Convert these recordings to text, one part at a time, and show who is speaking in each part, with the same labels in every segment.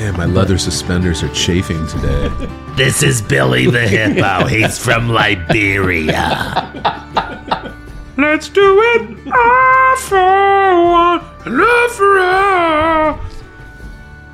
Speaker 1: Man, my leather suspenders are chafing today.
Speaker 2: This is Billy the Hippo. He's from Liberia.
Speaker 3: Let's do it all for one and love for all.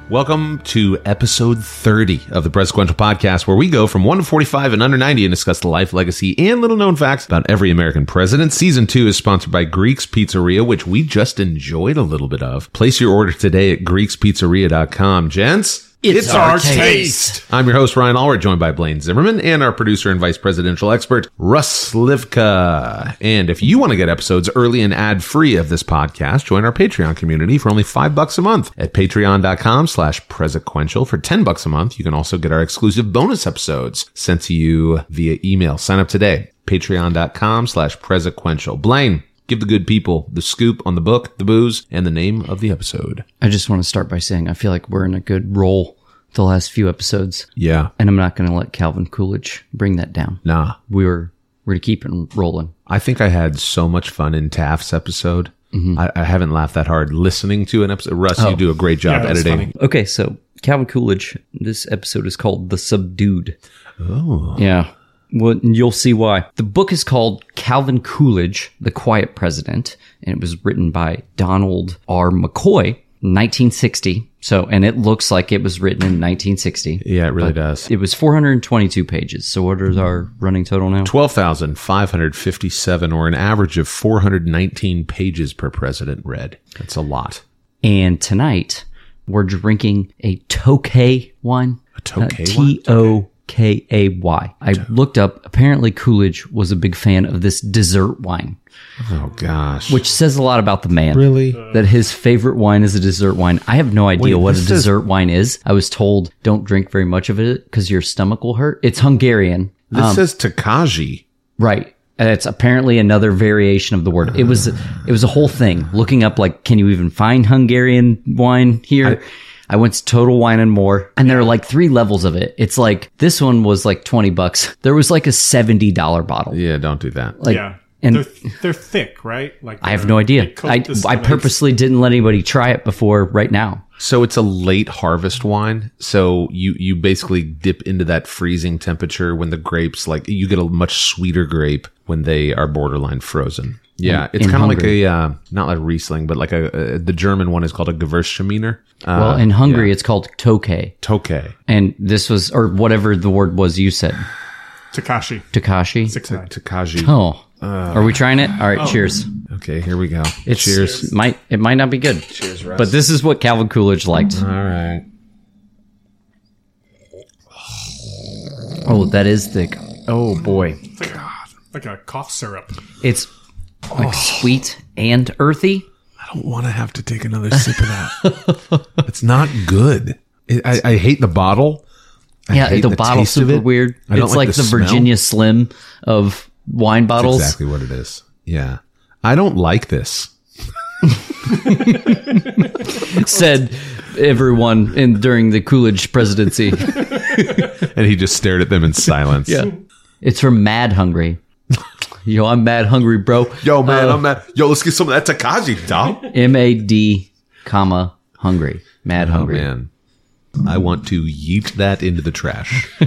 Speaker 1: Welcome to episode 30 of the Presequential Podcast, where we go from 1 to 45 and under 90 and discuss the life, legacy, and little known facts about every American president. Season 2 is sponsored by Greeks Pizzeria, which we just enjoyed a little bit of. Place your order today at GreeksPizzeria.com. Gents,
Speaker 2: It's our taste.
Speaker 1: I'm your host, Ryan Allred, joined by Blaine Zimmerman and our producer and vice presidential expert, Russ Slivka. And if you want to get episodes early and ad free of this podcast, join our Patreon community for only five bucks a month at patreon.com slash presequential. For 10 bucks a month, you can also get our exclusive bonus episodes sent to you via email. Sign up today, patreon.com slash presequential. Blaine, give the good people the scoop on the book, the booze, and the name of the episode.
Speaker 4: I just want to start by saying I feel like we're in a good roll the last few episodes,
Speaker 1: Yeah.
Speaker 4: and I'm not going to let Calvin Coolidge bring that down.
Speaker 1: Nah.
Speaker 4: We were we're to keep it rolling.
Speaker 1: I think I had so much fun in Taft's episode. I, I haven't laughed that hard listening to an episode. Russ, you do a great job
Speaker 3: that was
Speaker 1: editing.
Speaker 4: Okay, so Calvin Coolidge. This episode is called "The Subdued."
Speaker 1: Oh,
Speaker 4: Yeah. Well, you'll see why. The book is called Calvin Coolidge, The Quiet President, and it was written by Donald R. McCoy, 1960. So, and it looks like it was written in 1960.
Speaker 1: yeah, it really does.
Speaker 4: It was 422 pages. So, what is our running total now?
Speaker 1: 12,557, or an average of 419 pages per president read. That's a lot.
Speaker 4: And tonight, we're drinking a Tokay wine. A
Speaker 1: Tokay wine?
Speaker 4: T O K A Y. I looked up. Apparently, Coolidge was a big fan of this dessert wine,
Speaker 1: Oh, gosh.
Speaker 4: which says a lot about the man.
Speaker 1: really?
Speaker 4: That his favorite wine is a dessert wine. I have no idea
Speaker 1: Wait,
Speaker 4: what a
Speaker 1: this is-
Speaker 4: dessert wine is. I was told don't drink very much of it because your stomach will hurt. It's Hungarian.
Speaker 1: This says Takaji.
Speaker 4: Right. And It's apparently another variation of the word. It was it was a whole thing. Looking up like can you even find Hungarian wine here? I, went to Total Wine and More and there are like three levels of it. It's like this one was like 20 bucks. There was like a $70 bottle.
Speaker 1: Yeah, don't do that.
Speaker 4: Like
Speaker 3: Yeah.
Speaker 4: and
Speaker 5: they're they're thick, right? Like
Speaker 4: I have no idea. I I purposely didn't let anybody try it before right now.
Speaker 1: So it's a late harvest wine. So you you basically dip into that freezing temperature when the grapes like you get a much sweeter grape when they are borderline frozen. Yeah, it's
Speaker 4: in
Speaker 1: kind of like
Speaker 4: Hungary.
Speaker 1: a uh, not like Riesling, but like a, a the German one is called a Gewürztraminer. Uh,
Speaker 4: well, in Hungary it's called Tokay.
Speaker 1: Tokay.
Speaker 4: And this was or whatever the word was you said.
Speaker 5: Takashi.
Speaker 4: Takashi.
Speaker 1: Takaji.
Speaker 4: Oh. Are we trying it? All right, cheers.
Speaker 3: Oh.
Speaker 1: Okay, here we go.
Speaker 4: It's,
Speaker 1: Cheers.
Speaker 4: Might it might not be good. Cheers, Russ. But this is what Calvin Coolidge liked.
Speaker 1: All right.
Speaker 4: Oh, that is thick.
Speaker 1: Oh boy.
Speaker 5: Like a cough syrup.
Speaker 4: It's like sweet and earthy.
Speaker 3: Want to have to take another sip of that?
Speaker 1: It's not good. It, I, I hate the bottle.
Speaker 4: yeah,
Speaker 1: hate
Speaker 4: the,
Speaker 1: the
Speaker 4: bottle's
Speaker 1: taste of
Speaker 4: super
Speaker 1: it.
Speaker 4: weird.
Speaker 1: I don't
Speaker 4: It's
Speaker 1: like
Speaker 4: like,
Speaker 1: the
Speaker 4: the,
Speaker 1: smell.
Speaker 4: Virginia Slim of wine bottles.
Speaker 1: Exactly what it is. Yeah. I don't like this.
Speaker 4: Said everyone in during the Coolidge presidency.
Speaker 1: And he just stared at them in silence. yeah.
Speaker 4: it's from Mad Hungry. Yo, I'm mad hungry, bro.
Speaker 1: Yo, man, I'm at, yo, let's get some of that Takaji, dog.
Speaker 4: M A D, comma hungry. Mad hungry.
Speaker 1: man, I want to yeet that into the trash.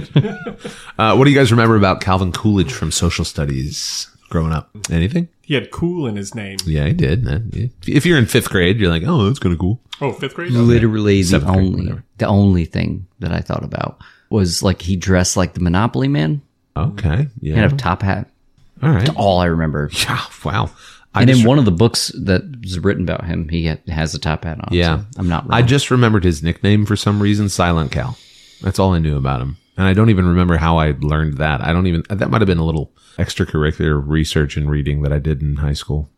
Speaker 1: uh, what do you guys remember about Calvin Coolidge from social studies growing up? Anything?
Speaker 5: He had cool in his name.
Speaker 1: Yeah, I did. man. If- If you're in fifth grade, you're like, oh, that's kind of cool.
Speaker 5: Oh, fifth grade.
Speaker 4: literally the
Speaker 1: grade,
Speaker 4: only the only thing that I thought about was like he dressed like the Monopoly man,
Speaker 1: Okay. Yeah.
Speaker 4: had a top hat.
Speaker 1: All right.
Speaker 4: All I remember.
Speaker 1: Yeah, wow. I
Speaker 4: And
Speaker 1: just,
Speaker 4: in one of the books that was written about him, he ha- has a top hat on.
Speaker 1: Yeah.
Speaker 4: so I'm not.
Speaker 1: I
Speaker 4: Wrong.
Speaker 1: just remembered his nickname for some reason, Silent Cal. That's all I knew about him. And I don't even remember how I learned that. I don't even, that might have been a little extracurricular research and reading that I did in high school.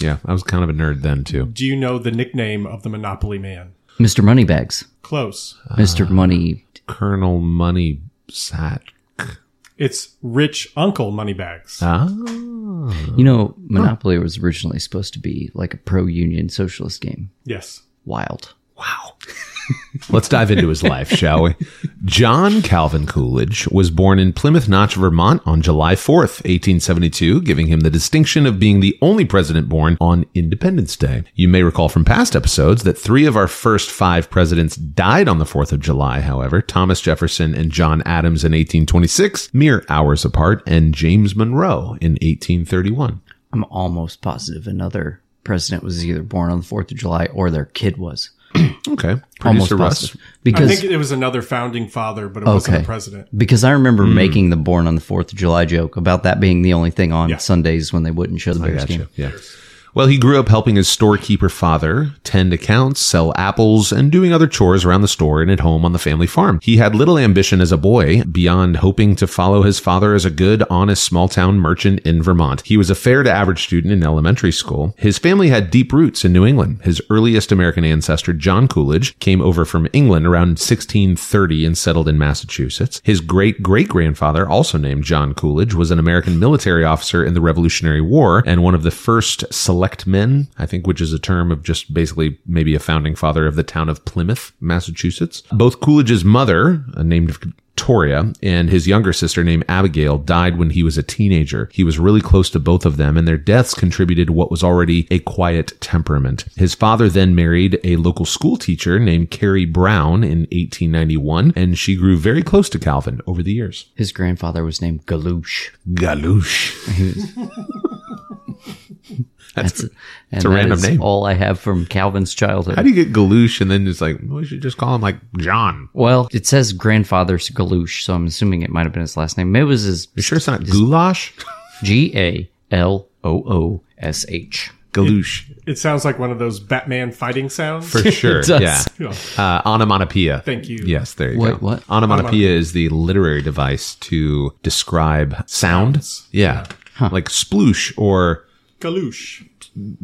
Speaker 1: Yeah, I was kind of a nerd then too.
Speaker 5: Do you know the nickname of the Monopoly Man?
Speaker 4: Mr. Moneybags,
Speaker 5: Close.
Speaker 1: Uh,
Speaker 4: Mr. Money.
Speaker 1: Colonel Money Sat.
Speaker 5: It's Rich Uncle
Speaker 4: Uh,
Speaker 5: Moneybags.
Speaker 1: Ah,
Speaker 4: You know, Monopoly was originally supposed to be like a pro-union socialist game.
Speaker 5: yes.
Speaker 4: Wild.
Speaker 1: wow. Let's dive into his life, shall we? John Calvin Coolidge was born in Plymouth Notch, Vermont on July 4th, 1872, giving him the distinction of being the only president born on Independence Day. You may recall from past episodes that three of our first five presidents died on the 4th of July, however, Thomas Jefferson and John Adams in 1826, mere hours apart, and James Monroe in 1831.
Speaker 4: I'm almost positive another president was either born on the 4th of July or their kid was.
Speaker 1: Okay.
Speaker 4: Almost
Speaker 1: Producer Russ.
Speaker 4: positive. Because
Speaker 5: I think it was another founding father, but it wasn't
Speaker 4: Okay.
Speaker 5: a president.
Speaker 4: Because I remember
Speaker 1: Hmm.
Speaker 4: making the born on the 4th of July joke about that being the only thing on Sundays when they wouldn't show the Bears game.
Speaker 1: Yeah. Well, he grew up helping his storekeeper father tend accounts, sell apples, and doing other chores around the store and at home on the family farm. He had little ambition as a boy beyond hoping to follow his father as a good, honest small town merchant in Vermont. He was a fair to average student in elementary school. His family had deep roots in New England. His earliest American ancestor, John Coolidge, came over from England around 1630 and settled in Massachusetts. His great great grandfather, also named John Coolidge, was an American military officer in the Revolutionary War and one of the first select men, I think, which is a term of just basically maybe a founding father of the town of Plymouth, Massachusetts. Both Coolidge's mother, uh, named Victoria, and his younger sister named Abigail died when he was a teenager. He was really close to both of them, and their deaths contributed to what was already a quiet temperament. His father then married a local school teacher named Carrie Brown in 1891, and she grew very close to Calvin over the years.
Speaker 4: His grandfather was named Galouche.
Speaker 1: Galouche.
Speaker 4: That's, and
Speaker 1: a
Speaker 4: that
Speaker 1: random
Speaker 4: is
Speaker 1: name.
Speaker 4: all I have from Calvin's childhood.
Speaker 1: How do you get Galouche and then it's like, well, we should just call him like John?
Speaker 4: well, it says grandfather's Galouche, so I'm assuming it might have been his last name. Maybe it was his
Speaker 1: You sure it's not goulash?
Speaker 4: G A L O O S H.
Speaker 1: Galouche.
Speaker 5: It sounds like one of those Batman fighting sounds.
Speaker 1: For sure.
Speaker 4: does.
Speaker 1: Yeah.
Speaker 5: Yeah.
Speaker 1: Uh, onomatopoeia.
Speaker 5: Thank you.
Speaker 1: Yes, there you
Speaker 4: What-
Speaker 1: go.
Speaker 4: what?
Speaker 1: Onomatopoeia is the literary device to describe sound. Yeah. Like sploosh or
Speaker 5: Galouche.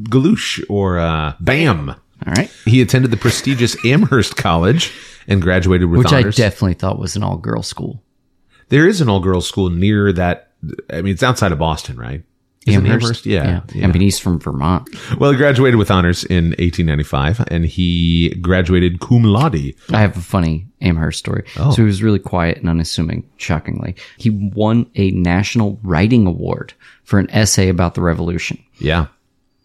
Speaker 1: galoosh or uh, bam.
Speaker 4: All right.
Speaker 1: He attended the prestigious Amherst College and graduated with
Speaker 4: Which I
Speaker 1: honors.
Speaker 4: definitely thought was an all girl school.
Speaker 1: there is an all-girls school near that. I mean, it's outside of Boston, right? Isn't Amherst? Yeah. yeah.
Speaker 4: And but he's from Vermont.
Speaker 1: Well, he graduated with honors in 1895, and he graduated cum laude.
Speaker 4: I have a funny Amherst story.
Speaker 1: Oh.
Speaker 4: So he was really quiet and unassuming, shockingly. He won a national writing award for an essay about the revolution.
Speaker 1: Yeah.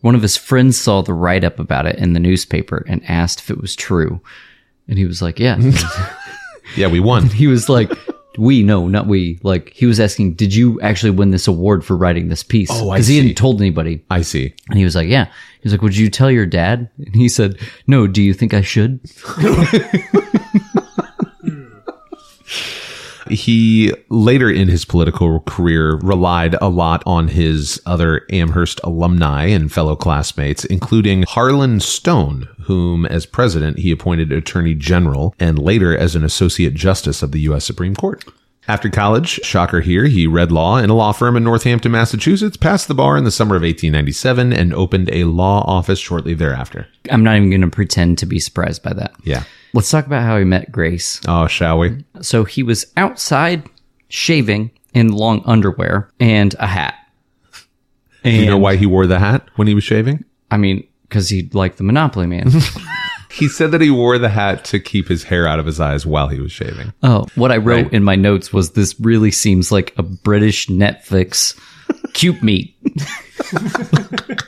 Speaker 4: One of his friends saw the write up about it in the newspaper and asked if it was true. And he was like, Yeah.
Speaker 1: Yeah, we won.
Speaker 4: he was like, We, no, not we. Like, he was asking, Did you actually win this award for writing this piece?
Speaker 1: Oh, I
Speaker 4: Because he
Speaker 1: see.
Speaker 4: hadn't told anybody.
Speaker 1: I see.
Speaker 4: And he was like, Yeah. He was like, Would you tell your dad? And he said, No, do you think I should?
Speaker 1: He later in his political career relied a lot on his other Amherst alumni and fellow classmates, including Harlan Stone, whom as president he appointed attorney general and later as an associate justice of the U.S. Supreme Court. After college, shocker here, he read law in a law firm in Northampton, Massachusetts, passed the bar in the summer of 1897, and opened a law office shortly thereafter.
Speaker 4: I'm not even going to pretend to be surprised by that.
Speaker 1: Yeah.
Speaker 4: Let's talk about how he met Grace.
Speaker 1: Oh, shall we?
Speaker 4: So he was outside shaving in long underwear and a hat. And
Speaker 1: You know why he wore the hat when he was shaving?
Speaker 4: I mean, because he liked the Monopoly Man.
Speaker 1: He said that he wore the hat to keep his hair out of his eyes while he was shaving.
Speaker 4: oh, what I wrote in my notes was this really seems like a British Netflix cute meat.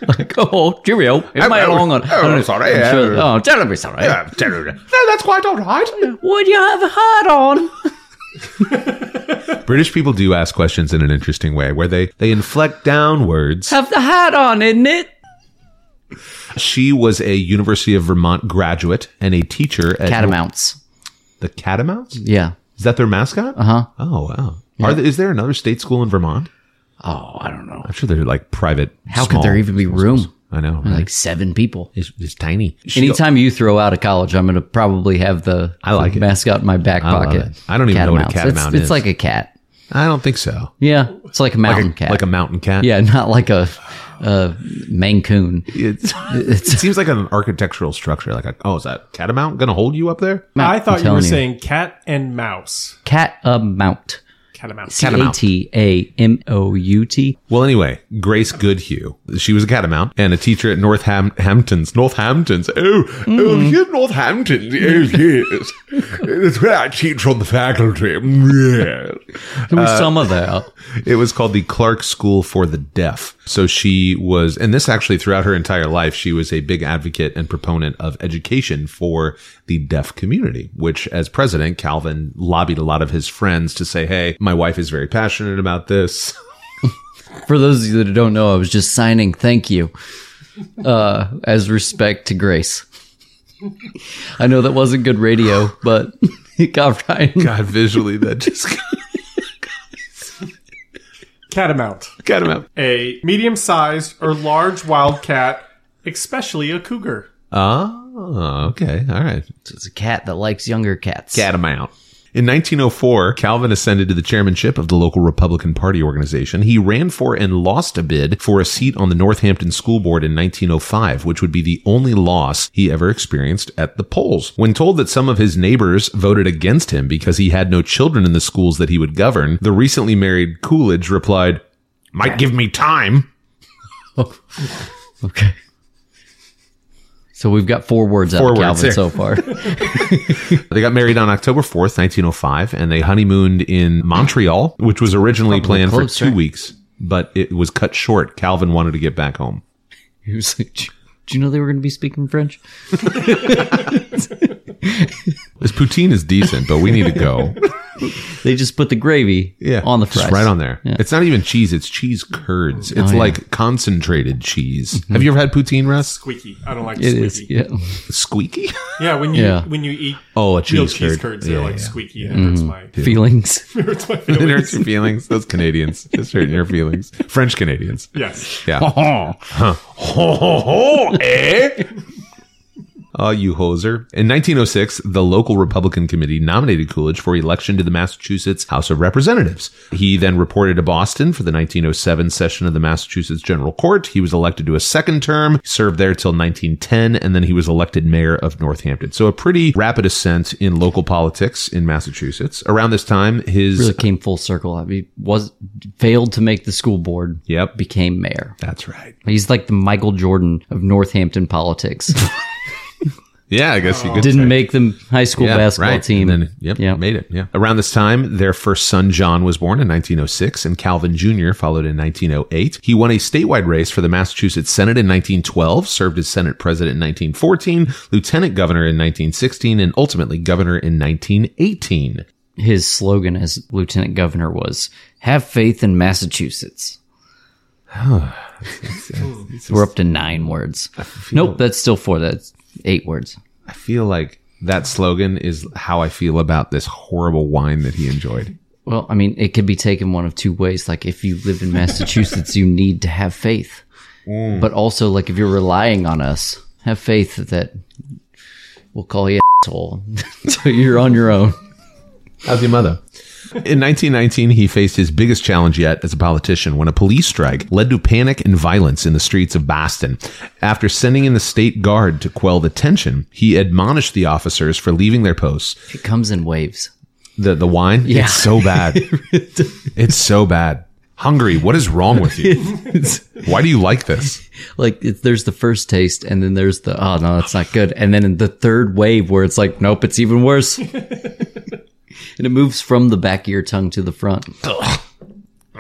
Speaker 4: like, oh, cheerio. Am I wrong on? I don't know.
Speaker 1: sorry.
Speaker 4: I'm sure- oh, tell me, sorry.
Speaker 1: No, that's quite all right.
Speaker 4: Would you have a hat on?
Speaker 1: British people do ask questions in an interesting way where they, they inflect downwards.
Speaker 4: Have the hat on, isn't it?
Speaker 1: She was a University of Vermont graduate and a teacher at
Speaker 4: Catamounts.
Speaker 1: the Catamounts.
Speaker 4: Yeah.
Speaker 1: Is that their mascot? Uh huh. Oh, wow. Are there, is there another state school in Vermont?
Speaker 4: Oh, I don't know.
Speaker 1: I'm sure they're like private.
Speaker 4: How
Speaker 1: small-
Speaker 4: could there even be room?
Speaker 1: I know. right?
Speaker 4: Like seven people.
Speaker 1: Hmm. it's, it's tiny. She-
Speaker 4: Anytime you throw out a college, I'm going to probably have the, I
Speaker 1: like it.
Speaker 4: mascot in my back
Speaker 1: love
Speaker 4: pocket.
Speaker 1: it. I don't even know what a
Speaker 4: Catamounts.
Speaker 1: catamount
Speaker 4: it's,
Speaker 1: is.
Speaker 4: It's like a cat.
Speaker 1: I don't think so.
Speaker 4: Yeah, it's like a mountain cat.
Speaker 1: Like a mountain cat.
Speaker 4: yeah, not like a, a Mancoon.
Speaker 1: It's, it seems like an architectural structure. Like, a, oh, is that catamount going to hold you up there?
Speaker 5: I thought you were
Speaker 4: telling you.
Speaker 5: saying cat and mouse.
Speaker 4: Cat a uh, mount.
Speaker 5: Catamount.
Speaker 1: Catamount.
Speaker 4: T A M O U T.
Speaker 1: Well, anyway, Grace Goodhue. She was a catamount and a teacher at Northamptons. Northamptons. Oh, oh, yeah, Northamptons. Oh, yes. That's where I teach on the faculty. Mm, yes.
Speaker 4: There was some of that.
Speaker 1: It was called the Clark School for the Deaf. So she was, and this actually throughout her entire life, she was a big advocate and proponent of education for the deaf community, which as president, Calvin lobbied a lot of his friends to say, Hey, my wife is very passionate about this.
Speaker 4: For those of you that don't know, I was just signing thank you uh, as respect to Grace. I know that wasn't good radio, but it got right.
Speaker 1: God, visually, that just
Speaker 5: Catamount.
Speaker 1: got him out.
Speaker 5: A medium sized or large wild cat, especially a cougar.
Speaker 1: Ah, okay. All right.
Speaker 4: It's a cat that likes younger cats.
Speaker 1: Cat him out. In 1904, Calvin ascended to the chairmanship of the local Republican Party organization. He ran for and lost a bid for a seat on the Northampton School Board in 1905, which would be the only loss he ever experienced at the polls. When told that some of his neighbors voted against him because he had no children in the schools that he would govern, the recently married Coolidge replied, Might give me time.
Speaker 4: Okay. So we've got four words out
Speaker 1: Four
Speaker 4: of
Speaker 1: words
Speaker 4: Calvin
Speaker 1: there.
Speaker 4: so far.
Speaker 1: They got married on October 4th, 1905, and they honeymooned in Montreal, which was originally planned
Speaker 4: close,
Speaker 1: for two
Speaker 4: right?
Speaker 1: weeks, but it was cut short. Calvin wanted to get back home.
Speaker 4: He was like, "Do- do you know they were going to be speaking French?
Speaker 1: This poutine is decent, but we need to go.
Speaker 4: They just put the gravy
Speaker 1: Yeah.
Speaker 4: on the
Speaker 1: Just
Speaker 4: fries. Oh,
Speaker 1: right on there. It's not even cheese, it's cheese curds. It's like concentrated cheese.
Speaker 4: Mm-hmm.
Speaker 1: Have you ever had poutine, Russ?
Speaker 5: Squeaky. I don't like
Speaker 4: It
Speaker 5: squeaky.
Speaker 4: is. Yeah.
Speaker 1: Squeaky?
Speaker 5: Yeah, when you
Speaker 4: Yeah.
Speaker 5: when you eat
Speaker 1: Oh, a
Speaker 5: real
Speaker 1: cheese
Speaker 5: cheese
Speaker 1: curd.
Speaker 5: curds,
Speaker 1: Yeah,
Speaker 5: they're
Speaker 1: yeah,
Speaker 5: like
Speaker 1: yeah.
Speaker 5: squeaky, and it
Speaker 4: Mm-hmm.
Speaker 5: hurts my,
Speaker 4: Feelings.
Speaker 5: it hurts my
Speaker 1: It
Speaker 5: feelings.
Speaker 1: hurts your feelings. Those Canadians. It's hurting your feelings. French Canadians.
Speaker 5: yes,
Speaker 1: Yeah. Ho, ho, ho, eh? Oh, you hoser. In 1906, the local Republican committee nominated Coolidge for election to the Massachusetts House of Representatives. He then reported to Boston for the 1907 session of the Massachusetts General Court. He was elected to a second term, served there till 1910, and then he was elected mayor of Northampton. So a pretty rapid ascent in local politics in Massachusetts. Around this time, his
Speaker 4: Really came full circle. I mean, was failed to make the school board.
Speaker 1: Yep.
Speaker 4: Became mayor.
Speaker 1: That's right.
Speaker 4: He's like the Michael Jordan of Northampton politics.
Speaker 1: Yeah, I guess you could
Speaker 4: Didn't make the high school basketball team.
Speaker 1: And then, yep,
Speaker 4: Yeah.
Speaker 1: made it. Yeah. Around this time, their first son John was born in 1906, and Calvin Jr. followed in 1908. He won a statewide race for the Massachusetts Senate in 1912, served as Senate President in 1914, Lieutenant Governor in 1916, and ultimately Governor in 1918.
Speaker 4: His slogan as lieutenant governor was "Have faith in Massachusetts." We're up to nine words. Nope, that's still four. That's eight words.
Speaker 1: I feel like that slogan is how I feel about this horrible wine that he enjoyed.
Speaker 4: Well, I mean, it could be taken one of two ways. Like, if you live in Massachusetts, you need to have faith. But also, like, if you're relying on us, have faith that we'll call you an asshole. so you're on your own.
Speaker 1: How's your mother? In 1919, he faced his biggest challenge yet as a politician when a police strike led to panic and violence in the streets of Boston. After sending in the state guard to quell the tension, he admonished the officers for leaving their posts.
Speaker 4: It comes in waves.
Speaker 1: The the wine,
Speaker 4: Yeah.
Speaker 1: it's so bad. it's so bad. Hungry, what is wrong with you? Why do you like this?
Speaker 4: Like, it, there's the first taste, and then there's the, oh, no, that's not good. And then in the third wave, where it's like, nope, it's even worse. and it moves from the back of your tongue to the front.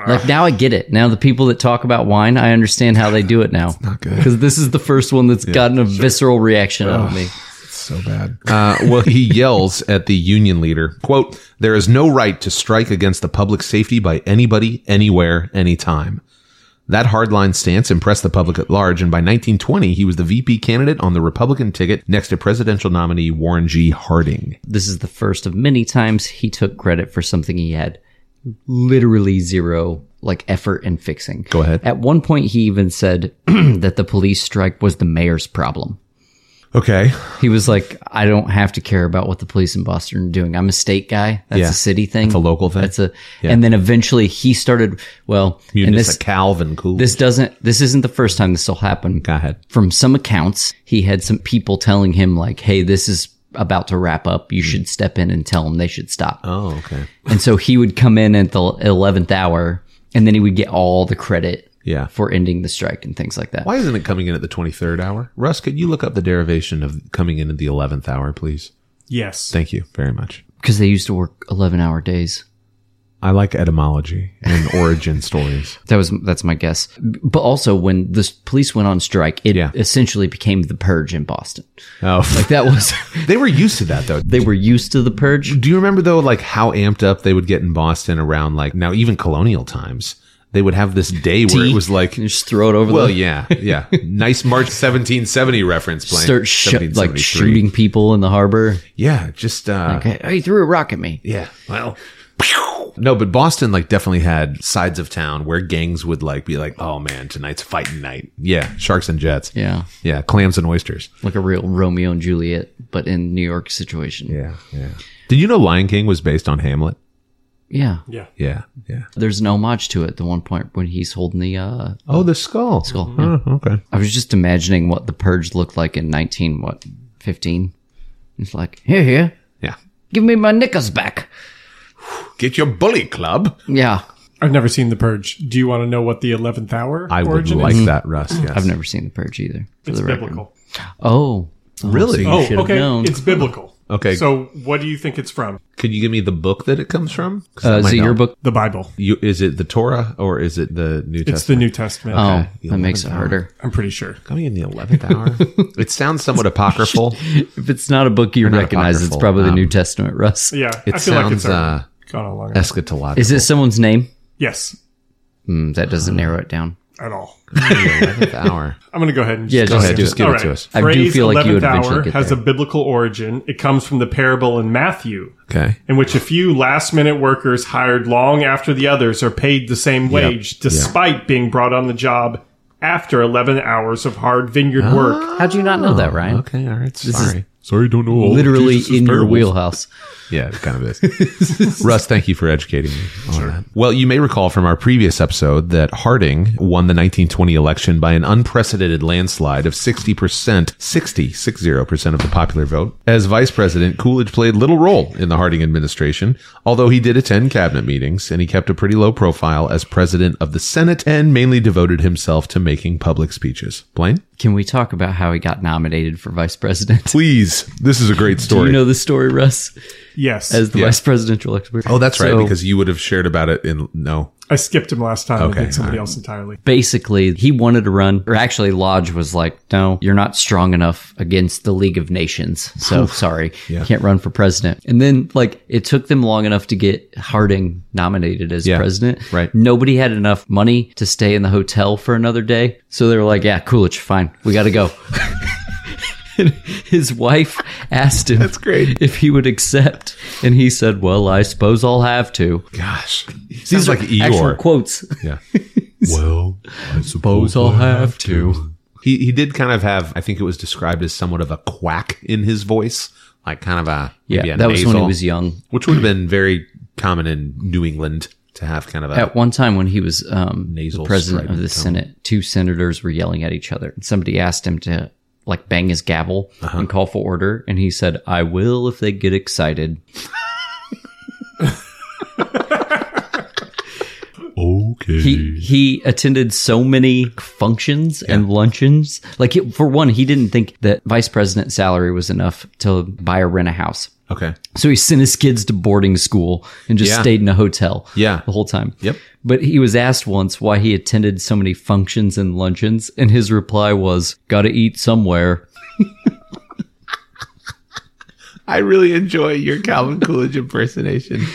Speaker 4: Like, now I get it. Now, the people that talk about wine, I understand how they do it now.
Speaker 1: Not good.
Speaker 4: because this is the first one that's gotten a visceral reaction out of me.
Speaker 1: so bad. Uh, well, he yells at the union leader, quote, there is no right to strike against the public safety by anybody, anywhere, anytime. That hardline stance impressed the public at large, and by 1920, he was the VP candidate on the Republican ticket next to presidential nominee Warren G. Harding.
Speaker 4: This is the first of many times he took credit for something he had literally zero like effort in fixing. Go
Speaker 1: ahead.
Speaker 4: At one point, he even said that the police strike was the mayor's problem.
Speaker 1: Okay.
Speaker 4: He was like, "I don't have to care about what the police in Boston are doing. I'm a state guy. That's
Speaker 1: Yeah.
Speaker 4: a city thing. That's
Speaker 1: a local thing.
Speaker 4: That's a." And then eventually, he started. Well, and
Speaker 1: Munis
Speaker 4: this
Speaker 1: a Calvin cool.
Speaker 4: this doesn't. This isn't the first time this will happen.
Speaker 1: Go ahead.
Speaker 4: from some accounts, he had some people telling him like, "Hey, this is about to wrap up, you should step in and tell them they should stop.
Speaker 1: Hmm. Oh, okay.
Speaker 4: And so he would come in at the 11th hour and then he would get all the credit
Speaker 1: Yeah.
Speaker 4: for ending the strike and things like that.
Speaker 1: Why isn't it coming in at the 23rd hour? Russ, could you look up the derivation of coming in at the 11th hour, please?
Speaker 5: Yes.
Speaker 1: Thank you very much.
Speaker 4: Because they used to work 11 hour days.
Speaker 1: I like etymology and origin stories.
Speaker 4: That was that's my guess. But also when the s- police went on strike, it
Speaker 1: Yeah.
Speaker 4: essentially became the purge in Boston.
Speaker 1: Oh,
Speaker 4: That was
Speaker 1: they were used to that though.
Speaker 4: they were used to the purge.
Speaker 1: Do you remember though, like how amped up they would get in Boston around like now, even colonial times? They would have this day where it was like,
Speaker 4: You just throw it over
Speaker 1: well,
Speaker 4: the
Speaker 1: yeah, yeah, nice March 1770 reference playing.
Speaker 4: start sho- like
Speaker 1: 1773.
Speaker 4: shooting people in the harbor.
Speaker 1: Yeah, just uh,
Speaker 4: Okay, oh, he threw a rock at me.
Speaker 1: Yeah. Well. No, but Boston like definitely had sides of town where gangs would like be like, "Oh man, tonight's fighting night." Yeah, sharks and jets.
Speaker 4: Yeah,
Speaker 1: Yeah, clams and oysters.
Speaker 4: like a real Romeo and Juliet, but in New York situation.
Speaker 1: Yeah, yeah. Did you know Lion King was based on Hamlet?
Speaker 4: yeah.
Speaker 5: Yeah.
Speaker 1: Yeah, yeah.
Speaker 4: There's an homage to it. The one point when he's holding the uh,
Speaker 1: Oh, the skull.
Speaker 4: skull. yeah.
Speaker 1: Oh, okay.
Speaker 4: I was just imagining what the purge looked like in nineteen what fifteen. It's like here, here,
Speaker 1: Yeah.
Speaker 4: give me my knickers back.
Speaker 1: Get your bully club.
Speaker 4: Yeah,
Speaker 5: I've never seen The Purge. Do you want to know what the 11th hour
Speaker 1: I would
Speaker 5: origin
Speaker 1: like
Speaker 5: is?
Speaker 1: that, Russ. Yes.
Speaker 4: I've never seen the purge either. For
Speaker 5: It's
Speaker 4: the record.
Speaker 5: biblical.
Speaker 4: Oh,
Speaker 1: really.
Speaker 5: Oh,
Speaker 4: should've
Speaker 5: okay.
Speaker 4: known.
Speaker 5: It's biblical.
Speaker 1: Okay.
Speaker 5: So what do you think it's from?
Speaker 1: Could you give me the book that it comes from? 'Cause
Speaker 4: uh,
Speaker 1: that
Speaker 4: is
Speaker 1: might
Speaker 4: it your
Speaker 1: help.
Speaker 4: book?
Speaker 5: The Bible.
Speaker 1: You, is it the Torah or is it the New
Speaker 5: It's
Speaker 1: Testament?
Speaker 5: the New Testament.
Speaker 4: Oh,
Speaker 1: You'll
Speaker 4: that makes it
Speaker 1: never know.
Speaker 4: harder.
Speaker 5: I'm pretty sure.
Speaker 1: Coming in the eleventh hour. it sounds somewhat apocryphal.
Speaker 4: If it's not a book you
Speaker 1: not
Speaker 4: recognize, it's
Speaker 1: apocryphal.
Speaker 4: probably the
Speaker 1: Um,
Speaker 4: New Testament, Russ.
Speaker 5: Yeah.
Speaker 1: It
Speaker 5: I feel like it's
Speaker 1: sounds,
Speaker 5: already
Speaker 1: uh,
Speaker 5: gone on long enough.
Speaker 1: Eschatological.
Speaker 4: Is it someone's name?
Speaker 5: Yes.
Speaker 4: Mm, that doesn't narrow it down.
Speaker 5: At all.
Speaker 1: eleventh hour?
Speaker 5: I'm going to go ahead and
Speaker 4: Yeah,
Speaker 5: just,
Speaker 4: go
Speaker 5: go
Speaker 4: ahead,
Speaker 5: into
Speaker 1: just give it to us.
Speaker 4: I do
Speaker 5: Phrase
Speaker 4: feel like you would
Speaker 5: 11th
Speaker 4: eventually
Speaker 5: hour
Speaker 4: get
Speaker 5: has
Speaker 4: there.
Speaker 5: a biblical origin. It comes from the parable in Matthew,
Speaker 1: Okay.
Speaker 5: in which a few last minute workers hired long after the others are paid the same wage despite being brought on the job after 11 hours of hard vineyard work.
Speaker 4: How'd you not know that, Ryan?
Speaker 1: Oh, Okay. Oh, All right.
Speaker 4: is
Speaker 1: Sorry. Sorry. Don't know. All
Speaker 4: Literally in your wheelhouse.
Speaker 1: Yeah, it kind of is. Russ, thank you for educating me on that. Well, you may recall from our previous episode that Harding won the 1920 election by an unprecedented landslide of 60%, 60, 60% of the popular vote. As vice president, Coolidge played little role in the Harding administration, although he did attend cabinet meetings and he kept a pretty low profile as president of the Senate and mainly devoted himself to making public speeches. Blaine?
Speaker 4: Can we talk about how he got nominated for vice president?
Speaker 1: Please. This is a great
Speaker 4: Do
Speaker 1: story.
Speaker 4: you know the story, Russ,
Speaker 5: Yes.
Speaker 4: as the vice presidential expert?
Speaker 1: Oh, that's right,
Speaker 4: So-
Speaker 1: because you would have shared about it in no.
Speaker 5: I skipped him last time.
Speaker 1: Okay,
Speaker 5: I did somebody
Speaker 1: all right.
Speaker 5: else entirely.
Speaker 4: basically he wanted to run or actually lodge was like no you're not strong enough against the league of nations so sorry can't run for president and then like it took them long enough to get harding nominated as
Speaker 1: Yeah,
Speaker 4: president
Speaker 1: right.
Speaker 4: nobody had enough money to stay in the hotel for another day so they were like yeah coolidge fine we gotta go And His wife asked him That's
Speaker 1: great.
Speaker 4: if he would accept, and he said, Well, I suppose I'll have to.
Speaker 1: Gosh, these are like
Speaker 4: Actual
Speaker 1: Eeyore.
Speaker 4: quotes.
Speaker 1: yeah,
Speaker 3: Well, I suppose
Speaker 4: Suppose I'll have to.
Speaker 1: he he did kind of have. I think it was described as somewhat of a quack in his voice, like kind of a
Speaker 4: Yeah,
Speaker 1: maybe a
Speaker 4: that was when he
Speaker 1: nasal,
Speaker 4: was young.
Speaker 1: which would have been very common in New England to have kind of a
Speaker 4: At one time, when he was um,
Speaker 1: Nasal
Speaker 4: the president of the
Speaker 1: strident tone.
Speaker 4: Senate, two senators were yelling at each other. Somebody asked him to like bang his gavel and call for order, and he said, "I will if they get excited."
Speaker 3: Okay.
Speaker 4: He he attended so many functions and luncheons. Like it, for one, he didn't think that vice president salary was enough to buy or rent a house.
Speaker 1: okay.
Speaker 4: So he sent his kids to boarding school and just
Speaker 1: Yeah.
Speaker 4: stayed in a hotel
Speaker 1: Yeah.
Speaker 4: the whole time.
Speaker 1: Yep.
Speaker 4: But he was asked once why he attended so many functions and luncheons, and his reply was, Gotta eat somewhere.
Speaker 1: I really enjoy your Calvin Coolidge impersonation.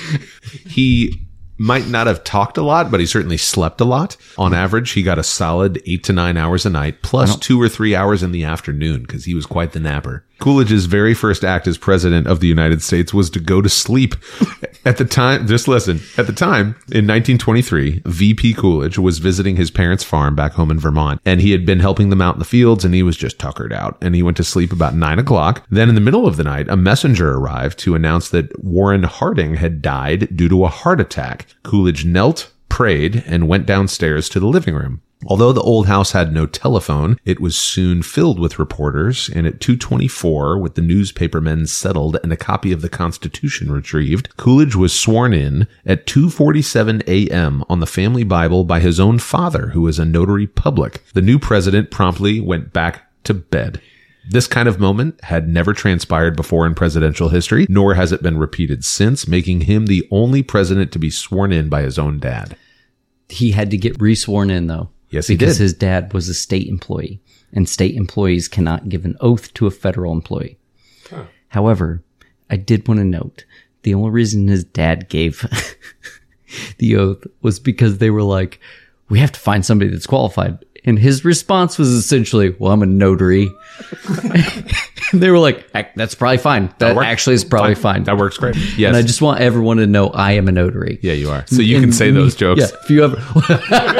Speaker 1: he might not have talked a lot, but he certainly slept a lot. On average, he got a solid eight to nine hours a night, plus two or three hours in the afternoon, because he was quite the napper. Coolidge's very first act as president of the United States was to go to sleep. At the time, just listen, at the time, in 1923, VP Coolidge was visiting his parents' farm back home in Vermont, and he had been helping them out in the fields, and he was just tuckered out, and he went to sleep about nine o'clock. Then in the middle of the night, a messenger arrived to announce that Warren Harding had died due to a heart attack. Coolidge knelt, prayed and went downstairs to the living room. Although the old house had no telephone, it was soon filled with reporters, and at 224, with the newspaper men settled and a copy of the Constitution retrieved, Coolidge was sworn in at 2:47 a.m. on the family Bible by his own father, who was a notary public. The new president promptly went back to bed. This kind of moment had never transpired before in presidential history, nor has it been repeated since, making him the only president to be sworn in by his own dad.
Speaker 4: He had to get resworn in though.
Speaker 1: Yes, he
Speaker 4: because
Speaker 1: did.
Speaker 4: his dad was a state employee, and state employees cannot give an oath to a federal employee. However, I did want to note the only reason his dad gave the oath was because they were like, "We have to find somebody that's qualified," and his response was essentially, "Well, I'm a notary." and they were like, "Heck, "That's probably fine. That,
Speaker 1: works.
Speaker 4: actually is probably fine."
Speaker 1: That works great.
Speaker 4: And
Speaker 1: Yes.
Speaker 4: I just want everyone to know I am a notary.
Speaker 1: yeah, you are. So you can
Speaker 4: And
Speaker 1: say those
Speaker 4: me-
Speaker 1: jokes.
Speaker 4: Yeah, if you ever.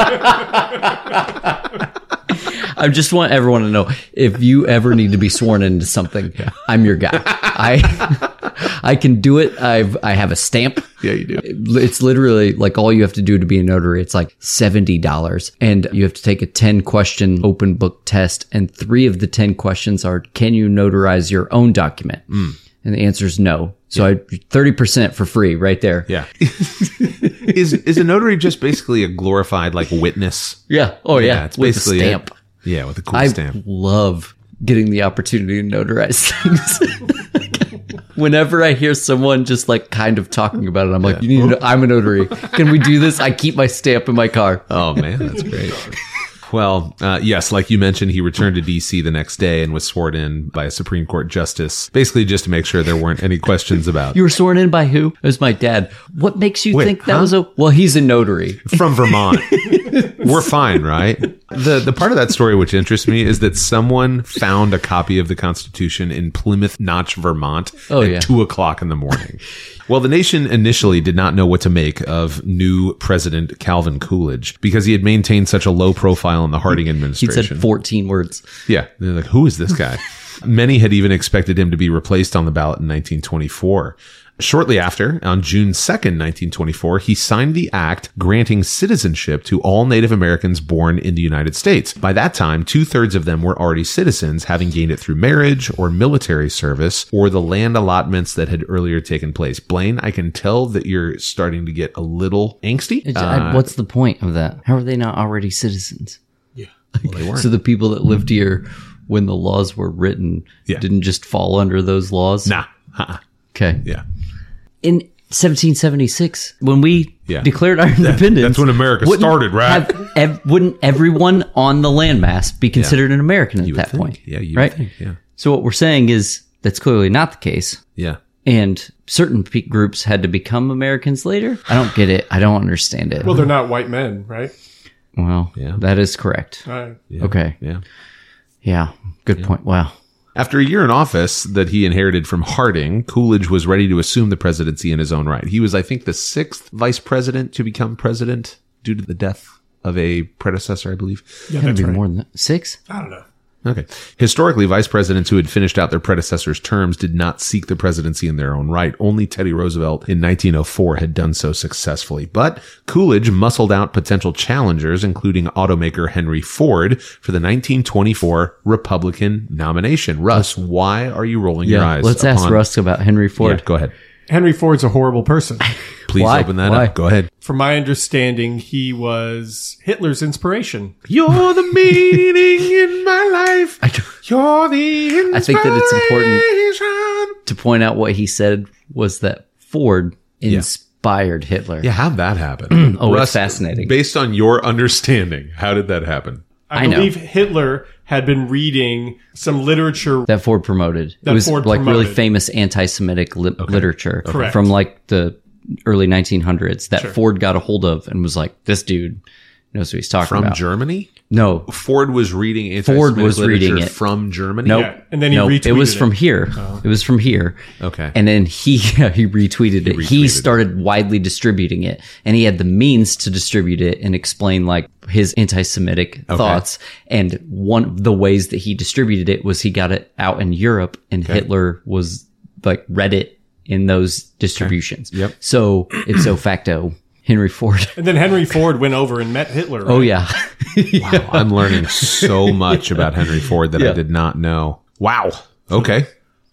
Speaker 4: I just want everyone to know if you ever need to be sworn into something, I'm your guy. I I can do it. I've I have a stamp.
Speaker 1: Yeah, you do.
Speaker 4: It's literally like all you have to do to be a notary. It's like seventy dollars, and you have to take a ten question open book test. And three of the ten questions are: Can you notarize your own document?
Speaker 1: Hmm.
Speaker 4: And the answer is no. So I thirty percent for free right there.
Speaker 1: Yeah. is is a notary just basically a glorified like witness?
Speaker 4: Yeah. Oh yeah.
Speaker 1: it's
Speaker 4: With a
Speaker 1: basically it.
Speaker 4: stamp.
Speaker 1: Yeah, with a cool
Speaker 4: I
Speaker 1: stamp.
Speaker 4: love getting the opportunity to notarize things. Whenever I hear someone just like kind of talking about it, I'm like, you need to, I'm a notary. Can we do this? I keep my stamp in my car.
Speaker 1: Oh man, that's great. Well, uh, yes, like you mentioned, he returned to D.C. the next day and was sworn in by a Supreme Court justice, basically just to make sure there weren't any questions about
Speaker 4: You were sworn in by who? It was my dad. What makes you
Speaker 1: Wait,
Speaker 4: think that
Speaker 1: huh?
Speaker 4: was a? Well, he's a notary.
Speaker 1: from Vermont. We're fine, right? The the part of that story which interests me is that someone found a copy of the Constitution in Plymouth Notch, Vermont
Speaker 4: Oh,
Speaker 1: at
Speaker 4: yeah.
Speaker 1: two o'clock in the morning. well, the nation initially did not know what to make of new president Calvin Coolidge because he had maintained such a low profile in the Harding
Speaker 4: He
Speaker 1: administration.
Speaker 4: said 14 words.
Speaker 1: Yeah. They're like, who is this guy? Many had even expected him to be replaced on the ballot in 1924. Shortly after, on June 2nd, 1924, he signed the act granting citizenship to all Native Americans born in the United States. By that time, two thirds of them were already citizens, having gained it through marriage or military service or the land allotments that had earlier taken place. Blaine, I can tell that you're starting to get a little angsty. Uh,
Speaker 4: It's- I- What's the point of that? How are they not already citizens? Yeah. so the people that lived here when the laws were written
Speaker 1: Yeah.
Speaker 4: didn't just fall under those laws.
Speaker 1: nah. Uh-uh.
Speaker 4: Okay.
Speaker 1: Yeah.
Speaker 4: in 1776 when we
Speaker 1: Yeah.
Speaker 4: declared our independence.
Speaker 1: that's when America
Speaker 4: wouldn't
Speaker 1: started, right?
Speaker 4: have ev- wouldn't everyone on the landmass be considered an American at that
Speaker 1: think.
Speaker 4: point?
Speaker 1: Yeah, you would
Speaker 4: right.
Speaker 1: think, yeah.
Speaker 4: So what we're saying is that's clearly not the case,
Speaker 1: Yeah.
Speaker 4: and certain pe- groups had to become Americans later. I don't get it. I don't understand it.
Speaker 5: Well,
Speaker 4: Well,
Speaker 5: they're not white men, right?
Speaker 1: Yeah.
Speaker 4: that is correct.
Speaker 5: Uh,
Speaker 4: Okay.
Speaker 1: Yeah.
Speaker 4: Yeah. Good point. Wow.
Speaker 1: After a year in office that he inherited from Harding, Coolidge was ready to assume the presidency in his own right. He was, I think, the sixth vice president to become president due to the death of a predecessor, I believe.
Speaker 5: yeah,
Speaker 4: That'd
Speaker 5: that's
Speaker 4: be
Speaker 5: right.
Speaker 4: more than that. six.
Speaker 5: I don't know.
Speaker 1: Okay. Historically, vice presidents who had finished out their predecessors' terms did not seek the presidency in their own right. Only Teddy Roosevelt in 1904 had done so successfully. But Coolidge muscled out potential challengers, including automaker Henry Ford, for the 1924 Republican nomination. Russ, why are you rolling your eyes?
Speaker 4: Let's ask
Speaker 1: upon-
Speaker 4: Rusk about Henry Ford.
Speaker 1: Yeah, go ahead.
Speaker 5: Henry Ford's a horrible person.
Speaker 1: Please
Speaker 4: Why?
Speaker 1: open that
Speaker 4: Why?
Speaker 1: up. Go ahead.
Speaker 5: From my understanding, he was Hitler's inspiration.
Speaker 1: You're the meaning in my life.
Speaker 4: I don't-
Speaker 1: You're the
Speaker 4: I think that it's important to point out what he said was that Ford inspired Hitler.
Speaker 1: Yeah, how'd that happen?
Speaker 4: Oh, it's fascinating.
Speaker 1: Based on your understanding, how did that happen?
Speaker 5: I,
Speaker 4: I know.
Speaker 5: believe Hitler had been reading some literature.
Speaker 4: That Ford promoted.
Speaker 5: That
Speaker 4: it was
Speaker 5: Ford
Speaker 4: like really
Speaker 5: promoted.
Speaker 4: famous anti-Semitic li- literature
Speaker 5: Correct.
Speaker 4: from like the early 1900s that Ford got a hold of and was like, "This dude knows what he's talking
Speaker 1: From
Speaker 4: about."
Speaker 1: Germany?
Speaker 4: no,
Speaker 1: Ford was reading anti-Semitic
Speaker 4: Ford was
Speaker 1: literature
Speaker 4: reading it.
Speaker 1: from Germany.
Speaker 4: nope.
Speaker 5: Yeah, and then he
Speaker 4: nope.
Speaker 5: retweeted
Speaker 4: It was
Speaker 5: it. Uh-huh.
Speaker 4: from here. It was from here.
Speaker 1: Okay.
Speaker 4: And then he yeah, he retweeted it.
Speaker 1: retweeted
Speaker 4: He
Speaker 1: it.
Speaker 4: started widely distributing it, and he had the means to distribute it and explain like his anti-Semitic thoughts. And one of the ways that he distributed it was he got it out in Europe, and Hitler was like read it in those distributions.
Speaker 1: Yep.
Speaker 4: So ipso facto, Henry Ford.
Speaker 5: And then Henry Ford went over and met Hitler.
Speaker 4: Oh yeah,
Speaker 1: Wow, I'm learning so much about Henry Ford that I
Speaker 4: Yeah.
Speaker 1: did not know. Wow. Okay.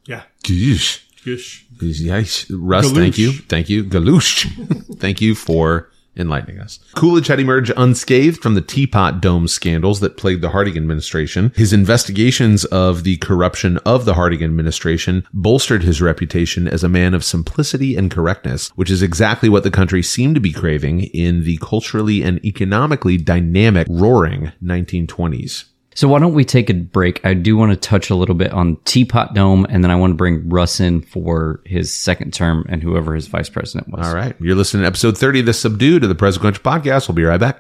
Speaker 5: Yeah.
Speaker 1: Geesh.
Speaker 5: Gish.
Speaker 1: Yikes. Russ, thank you. Thank you. Galoosh. thank you for enlightening us. Coolidge had emerged unscathed from the Teapot Dome scandals that plagued the Harding administration. His investigations of the corruption of the Harding administration bolstered his reputation as a man of simplicity and correctness, which is exactly what the country seemed to be craving in the culturally and economically dynamic roaring 1920s.
Speaker 4: So why don't we take a break? I do want to touch a little bit on Teapot Dome, and then I want to bring Russ in for his second term and whoever his vice president was.
Speaker 1: All right. You're listening to episode 30 of the Subdued of the Presidential Podcast. We'll be right back.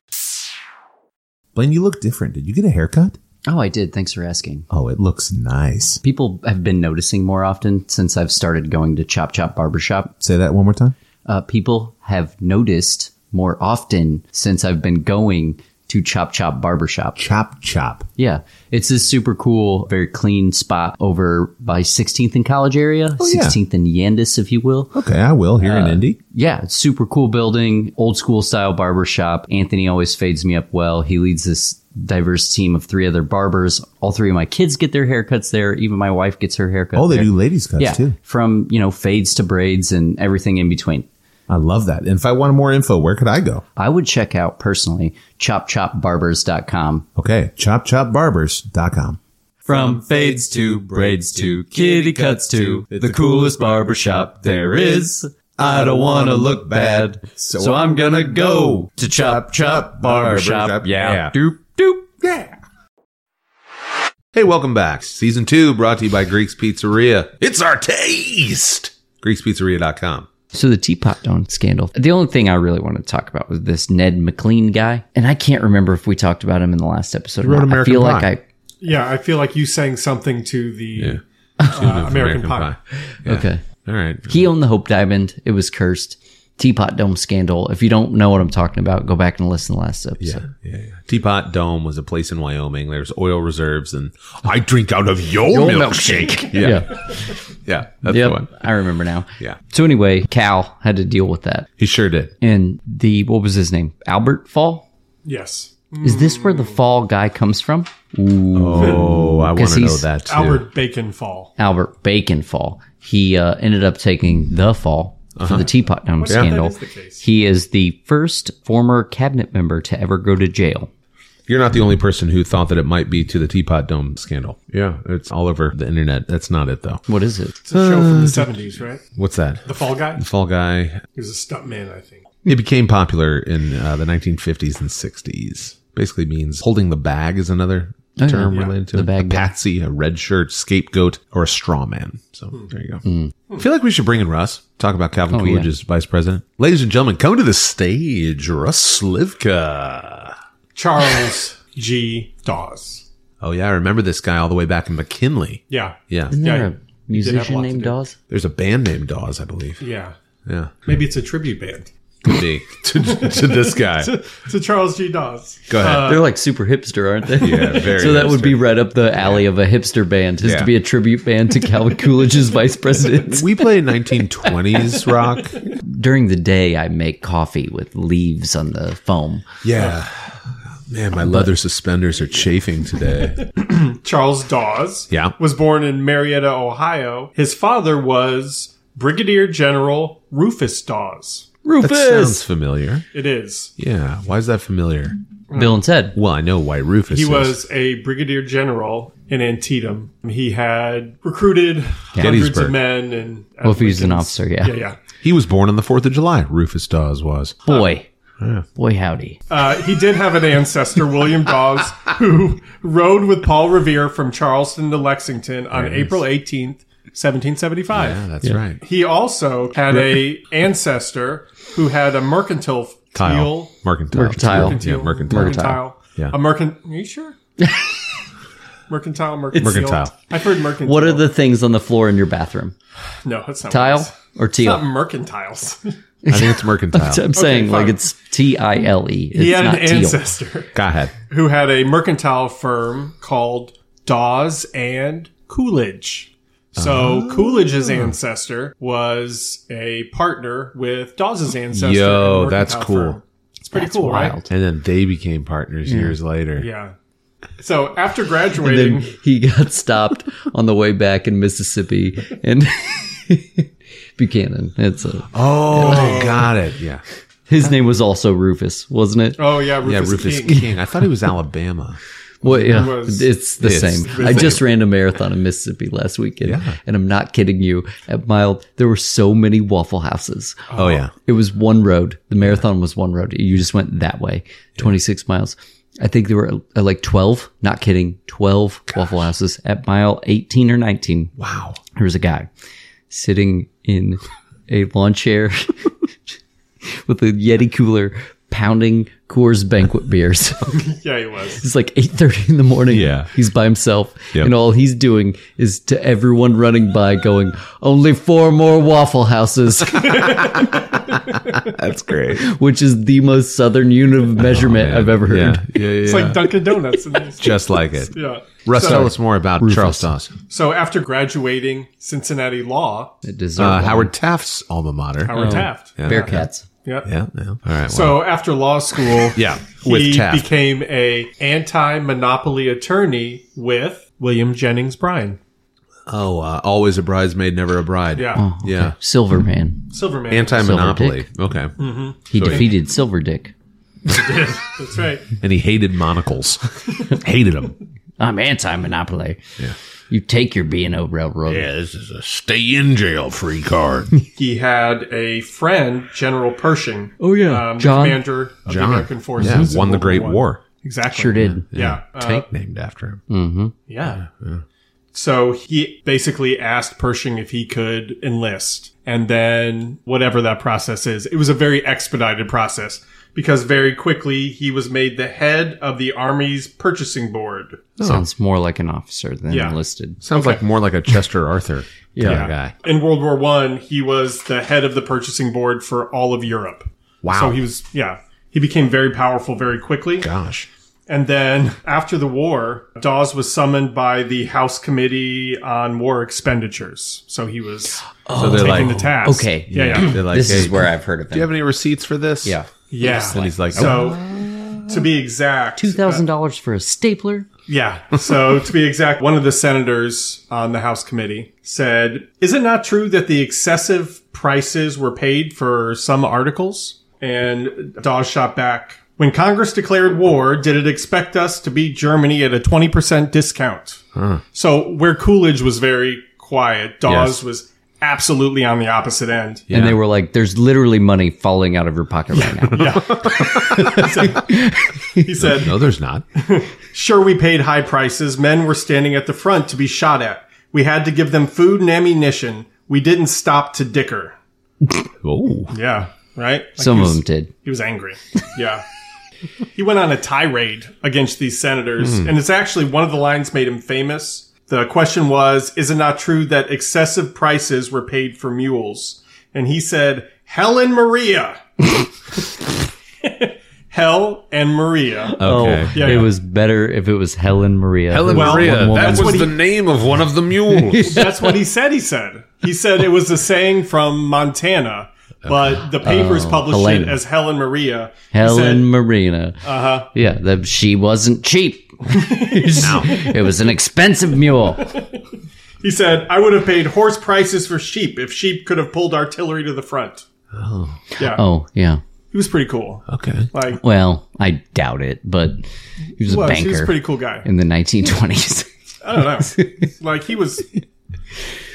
Speaker 1: Blaine, you look different. Did you get a haircut?
Speaker 4: Oh, I did. Thanks for asking.
Speaker 1: Oh, it looks nice.
Speaker 4: People have been noticing more often since I've started going to Chop Chop Barbershop.
Speaker 1: Say that one more time.
Speaker 4: Uh, people have noticed more often since I've been going to Chop Chop Barbershop.
Speaker 1: Chop, chop.
Speaker 4: Yeah, it's this super cool, very clean spot over by 16th and College area,
Speaker 1: Oh, yeah.
Speaker 4: 16th and Yandis, if you will.
Speaker 1: Okay, I will here
Speaker 6: Uh,
Speaker 1: in Indy.
Speaker 4: yeah, it's super cool building, old school style barber shop. Anthony always fades me up well. He leads this diverse team of three other barbers. All three of my kids get their haircuts there. Even my wife gets her haircut.
Speaker 1: Oh, they
Speaker 4: there.
Speaker 1: do ladies' cuts
Speaker 4: Yeah,
Speaker 1: too.
Speaker 4: from you know fades to braids and everything in between.
Speaker 1: I love that. And if I wanted more info, where could I go?
Speaker 4: I would check out personally chopchopbarbers.com.
Speaker 1: Okay, chopchopbarbers.com.
Speaker 6: From fades to braids to kitty cuts to the coolest barbershop there is. I don't want to look bad, so, I'm gonna go to Chop Chop Barbershop. Yeah. Doop, doop.
Speaker 1: Hey, welcome back. Season 2 brought to you by Greek's Pizzeria. It's our taste! GreeksPizzeria.com.
Speaker 4: So the teapot dome scandal. The only thing I really wanted to talk about was this Ned McLean guy, and I can't remember if we talked about him in the last episode. or
Speaker 1: wrote
Speaker 4: not.
Speaker 1: American
Speaker 4: I feel
Speaker 1: Pie.
Speaker 4: like I
Speaker 5: Yeah, I feel like you saying something to the uh,
Speaker 1: American,
Speaker 5: Pie.
Speaker 1: Yeah.
Speaker 4: okay.
Speaker 1: All right.
Speaker 4: He owned the Hope Diamond. It was cursed. Teapot Dome scandal. If you don't know what I'm talking about, go back and listen to the last episode.
Speaker 1: Yeah, yeah. Teapot Dome was a place in Wyoming. There's oil reserves, and I drink out of your, milkshake. Yeah,
Speaker 4: Yeah.
Speaker 1: yeah, that's the
Speaker 4: Yep.
Speaker 1: one.
Speaker 4: I remember now.
Speaker 1: Yeah.
Speaker 4: So anyway, Cal had to deal with that.
Speaker 1: He sure did.
Speaker 4: And the what was his name? Albert Fall?
Speaker 5: Yes.
Speaker 4: Is this where the Fall guy comes from?
Speaker 1: Oh, I want
Speaker 4: Because
Speaker 1: to know
Speaker 4: he's-
Speaker 1: that too.
Speaker 5: Albert Bacon Fall.
Speaker 4: Albert Bacon Fall. He uh, ended up taking the fall for the Teapot Dome scandal.
Speaker 5: that is the case.
Speaker 4: He is the first former cabinet member to ever go to jail.
Speaker 1: You're not the only person who thought that it might be to the Teapot Dome scandal. Yeah, it's all over the internet. That's not it though.
Speaker 4: What is it?
Speaker 5: It's a show from the 70s, right?
Speaker 1: What's that?
Speaker 5: The Fall Guy?
Speaker 1: The Fall Guy.
Speaker 5: He was a stuntman, I think.
Speaker 1: It became popular in uh, the 1950s and 60s. Basically means holding the bag is another term related to
Speaker 4: Oh, The
Speaker 1: it.
Speaker 4: bag
Speaker 1: a
Speaker 4: guy.
Speaker 1: patsy, a red shirt, scapegoat, or a straw man. So there you go.
Speaker 4: Hmm.
Speaker 1: I feel like we should bring in Russ. Talk about Calvin
Speaker 4: Oh,
Speaker 1: Coolidge as vice president. Ladies and gentlemen, come to the stage, Russ Slivka.
Speaker 5: Charles G. Dawes.
Speaker 1: Oh yeah, I remember this guy all the way back in McKinley.
Speaker 5: Yeah.
Speaker 1: Yeah,
Speaker 4: Isn't
Speaker 5: Yeah,
Speaker 4: there a
Speaker 5: he have a lot
Speaker 4: musician
Speaker 5: to
Speaker 4: named
Speaker 5: do.
Speaker 4: Dawes?
Speaker 1: there's a band named Dawes, I believe.
Speaker 5: Yeah.
Speaker 1: Yeah,
Speaker 5: Maybe it's a tribute band
Speaker 1: could be to, to this guy.
Speaker 5: to Charles G. Dawes.
Speaker 1: Go ahead.
Speaker 4: They're like super hipster, aren't they?
Speaker 1: yeah, very.
Speaker 4: so that would be right up the alley of a hipster band, is
Speaker 1: Yeah.
Speaker 4: to be a tribute band to Calvin Coolidge's vice president.
Speaker 1: We play 1920s rock.
Speaker 4: During the day, I make coffee with leaves on the foam.
Speaker 1: Yeah. Man, my leather suspenders are chafing today.
Speaker 5: Charles Dawes
Speaker 1: Yeah.
Speaker 5: was born in Marietta, Ohio. His father was Brigadier General Rufus Dawes.
Speaker 1: That sounds familiar.
Speaker 5: It is.
Speaker 1: Yeah. Why is that familiar?
Speaker 5: Mm.
Speaker 4: Bill and Ted.
Speaker 1: Well, I know why Rufus
Speaker 5: He
Speaker 1: is.
Speaker 5: was a brigadier general in Antietam. He had recruited hundreds
Speaker 1: Gettysburg.
Speaker 5: of men and
Speaker 4: Well, if he's an
Speaker 5: Lincoln's-
Speaker 4: officer, yeah.
Speaker 5: Yeah, yeah.
Speaker 1: He was born on the 4th of July. Rufus Dawes was.
Speaker 4: Boy. Boy, howdy.
Speaker 5: Uh, he did have an ancestor, William Dawes, who rode with Paul Revere from Charleston to Lexington on April 18th, 1775.
Speaker 1: Yeah, that's right.
Speaker 5: He also had a ancestor who had a mercantile
Speaker 1: Kyle.
Speaker 5: deal.
Speaker 1: Mercantile.
Speaker 4: Mercantile.
Speaker 1: Yeah, mercantile.
Speaker 5: Mercantile.
Speaker 1: Yeah.
Speaker 5: A mercant. Are you sure? mercantile. Mercantile.
Speaker 1: Mercantile.
Speaker 5: I've heard mercantile.
Speaker 4: What are the things on the floor in your bathroom?
Speaker 5: no? That's not
Speaker 4: Tile or teal?
Speaker 5: Not mercantiles.
Speaker 1: I think it's mercantile.
Speaker 4: I'm saying like
Speaker 5: fine.
Speaker 4: it's T I L E. It's
Speaker 5: he had
Speaker 4: not
Speaker 5: an ancestor
Speaker 1: Go ahead.
Speaker 5: who had a mercantile firm called Dawes and Coolidge. So
Speaker 1: Ah.
Speaker 5: Coolidge's ancestor was a partner with Dawes's ancestor.
Speaker 1: Yo,
Speaker 5: in a
Speaker 1: that's
Speaker 5: mercantile
Speaker 1: cool.
Speaker 5: firm. It's pretty cool, right?
Speaker 1: And then they became partners years later.
Speaker 5: Yeah. So after
Speaker 4: And
Speaker 5: graduating,
Speaker 4: then he got stopped on the way back in Mississippi and Buchanan. It's a,
Speaker 1: Oh, got it. Yeah.
Speaker 4: his name was also Rufus, wasn't it?
Speaker 5: oh yeah, Rufus,
Speaker 1: Yeah, Rufus
Speaker 5: King.
Speaker 1: King. I thought he was Alabama.
Speaker 4: Well, yeah,
Speaker 5: was-
Speaker 4: it's the
Speaker 1: It's
Speaker 4: same.
Speaker 1: the
Speaker 4: I just ran a marathon in Mississippi last weekend,
Speaker 1: Yeah.
Speaker 4: and I'm not kidding you. At mile, there were so many Waffle Houses.
Speaker 1: Oh, yeah.
Speaker 4: It was one road. The marathon was one road. You just went that way, 26 miles. I think there were uh, like 12, not kidding, 12 Waffle Houses at mile 18 or 19.
Speaker 1: Wow.
Speaker 4: There was a guy sitting in a lawn chair with a Yeti cooler pounding Coors banquet beers.
Speaker 5: Yeah, he was.
Speaker 4: It's like 8.30 in the morning.
Speaker 1: Yeah.
Speaker 4: He's by himself.
Speaker 1: Yep.
Speaker 4: And all he's doing is to everyone running by going, only four more Waffle Houses,
Speaker 1: That's great. Oh,
Speaker 4: which is the most southern unit of measurement I've ever heard.
Speaker 1: Yeah. Yeah. yeah,
Speaker 5: It's like Dunkin' Donuts. In this.
Speaker 1: Just like it.
Speaker 5: yeah.
Speaker 1: Russ,
Speaker 5: so,
Speaker 1: tell us more about Charles Dawson.
Speaker 5: So after graduating Cincinnati law,
Speaker 4: It
Speaker 1: Uh,
Speaker 4: deserved
Speaker 1: Howard Taft's alma mater.
Speaker 5: Howard Taft. Yeah.
Speaker 4: Bearcats.
Speaker 1: Yeah. yeah. All right.
Speaker 5: So after law school,
Speaker 1: Yeah,
Speaker 5: he
Speaker 1: with Taft.
Speaker 5: became a anti-monopoly attorney with William Jennings Bryan.
Speaker 1: Oh, uh, always a bridesmaid, never a bride.
Speaker 5: Yeah,
Speaker 1: Yeah.
Speaker 4: Silverman.
Speaker 5: Silverman.
Speaker 1: Anti-monopoly. Okay.
Speaker 5: Mm-hmm.
Speaker 4: He defeated Silver Dick.
Speaker 5: That's right.
Speaker 1: And he hated monocles. hated them.
Speaker 4: I'm anti-monopoly. Yeah. You take your B&O Railroad.
Speaker 3: Yeah, this is a stay in jail free card.
Speaker 5: He had a friend, General Pershing.
Speaker 4: Oh, yeah.
Speaker 5: um,
Speaker 4: John.
Speaker 5: the commander of
Speaker 1: John.
Speaker 5: the American forces.
Speaker 1: Yeah.
Speaker 5: in
Speaker 1: Won the
Speaker 5: World
Speaker 1: Great
Speaker 5: War One.
Speaker 1: War.
Speaker 5: Exactly.
Speaker 4: Sure did.
Speaker 5: Yeah. Uh, mm,
Speaker 1: Tank named after him.
Speaker 5: Yeah. So he basically asked Pershing if he could enlist. And then whatever that process is, it was a very expedited process because very quickly he was made the head of the Army's purchasing board.
Speaker 1: Oh.
Speaker 4: Sounds more like an officer than
Speaker 5: Yeah.
Speaker 4: enlisted.
Speaker 1: Sounds like more like a Chester Arthur yeah. guy.
Speaker 5: In World War One, he was the head of the purchasing board for all of Europe.
Speaker 1: Wow.
Speaker 5: So he was, yeah, he became very powerful very quickly.
Speaker 1: Gosh.
Speaker 5: And then after the war, Dawes was summoned by the House Committee on War Expenditures. So he was
Speaker 1: so they're like,
Speaker 5: taking the task.
Speaker 4: Okay.
Speaker 5: Yeah, yeah.
Speaker 1: they're like,
Speaker 4: this
Speaker 1: hey,
Speaker 4: is where I've heard of
Speaker 1: Do you
Speaker 4: him.
Speaker 1: have any receipts for this?
Speaker 4: Yeah.
Speaker 5: Yeah.
Speaker 1: And he's like, "Oh."
Speaker 5: so, to be exact,
Speaker 4: $2,000 for a stapler?
Speaker 5: yeah. So, to be exact, one of the senators on the House committee said, Is it not true that the excessive prices were paid for some articles? And Dawes shot back, When Congress declared war, did it expect us to beat Germany at a 20% discount? So, where Coolidge was very quiet, Dawes
Speaker 1: Yes.
Speaker 5: was absolutely on the opposite end.
Speaker 4: And they were like, there's literally money falling out of your pocket right now.
Speaker 5: He said,
Speaker 1: no, there's not.
Speaker 5: Sure, we paid high prices. Men were standing at the front to be shot at. We had to give them food and ammunition. We didn't stop to dicker.
Speaker 1: Oh.
Speaker 5: Yeah, right? Like
Speaker 4: Some
Speaker 5: he
Speaker 4: of
Speaker 5: was-
Speaker 4: them did.
Speaker 5: He was angry. Yeah. he went on a tirade against these senators, and it's actually one of the lines made him famous. The question was Is it not true that excessive prices were paid for mules? And he said, Helen Maria. Hell and Maria.
Speaker 1: Okay.
Speaker 5: Yeah,
Speaker 4: it
Speaker 5: yeah.
Speaker 4: was better if it was Helen Maria.
Speaker 1: Helen
Speaker 5: Well,
Speaker 1: Maria.
Speaker 5: one woman.
Speaker 1: That was
Speaker 5: That's what he-
Speaker 1: the name of one of the mules.
Speaker 5: That's what he said. He said he said it was a saying from Montana, but the papers published
Speaker 4: Helena.
Speaker 5: it as Helen Maria. He
Speaker 4: Helen
Speaker 5: said, Uh-huh.
Speaker 4: Marina. Uh huh. Yeah, that she wasn't cheap. It was an expensive mule.
Speaker 5: he said, "I would have paid horse prices for sheep if sheep could have pulled artillery to the front."
Speaker 4: Oh, yeah.
Speaker 5: He was pretty cool.
Speaker 1: okay.
Speaker 5: Like
Speaker 4: Well, I doubt it, but he was a
Speaker 5: well, he
Speaker 4: banker
Speaker 5: was a pretty cool guy.
Speaker 4: in the 1920s.
Speaker 5: I don't know. like he was,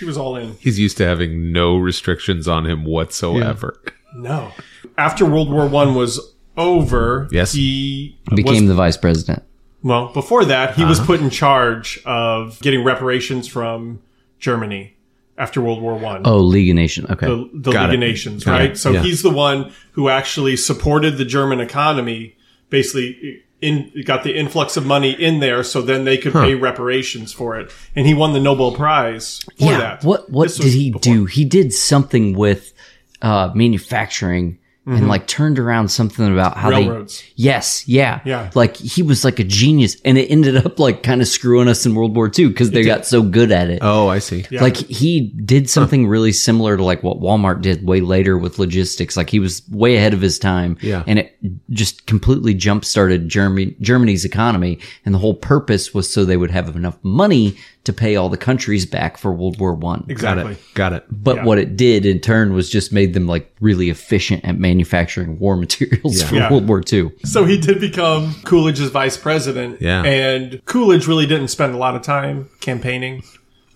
Speaker 5: he was all in.
Speaker 1: He's used to having no restrictions on him whatsoever.
Speaker 5: No, after World War One was over,
Speaker 1: Yes.
Speaker 5: he
Speaker 4: Became
Speaker 5: was,
Speaker 4: the vice president.
Speaker 5: well before that he was put in charge of getting reparations from Germany after World War One.
Speaker 4: Oh, League of Nations. Okay.
Speaker 5: the, the
Speaker 1: Got
Speaker 5: League of
Speaker 1: it.
Speaker 5: Nations,
Speaker 1: Got
Speaker 5: right?
Speaker 1: it.
Speaker 5: So
Speaker 1: Yeah.
Speaker 5: he's the one who actually supported the German economy, basically in got the influx of money in there, so then they could pay reparations for it, and he won the Nobel Prize for
Speaker 4: yeah.
Speaker 5: that.
Speaker 4: What what
Speaker 5: This was
Speaker 4: did he
Speaker 5: before-
Speaker 4: do? He did something with uh, manufacturing and like turned around something about how
Speaker 5: Mm-hmm. Railroads.
Speaker 4: they. Yes, yeah,
Speaker 5: Yeah.
Speaker 4: Like he was like a genius, and it ended up like kind of screwing us in World War II because they got so good at it.
Speaker 1: Oh, I see.
Speaker 5: Yeah.
Speaker 4: Like he did something really similar to like what Walmart did way later with logistics. Like he was way ahead of his time.
Speaker 1: Yeah.
Speaker 4: And it just completely jump started Germany, Germany's economy. And the whole purpose was so they would have enough money to pay all the countries back for World War One.
Speaker 1: Got
Speaker 5: Exactly.
Speaker 1: it. Got it.
Speaker 4: But what it did in turn was just made them like really efficient at manufacturing war materials for
Speaker 5: Yeah.
Speaker 4: World War Two.
Speaker 5: So he did become Coolidge's vice president.
Speaker 1: Yeah.
Speaker 5: And Coolidge really didn't spend a lot of time campaigning.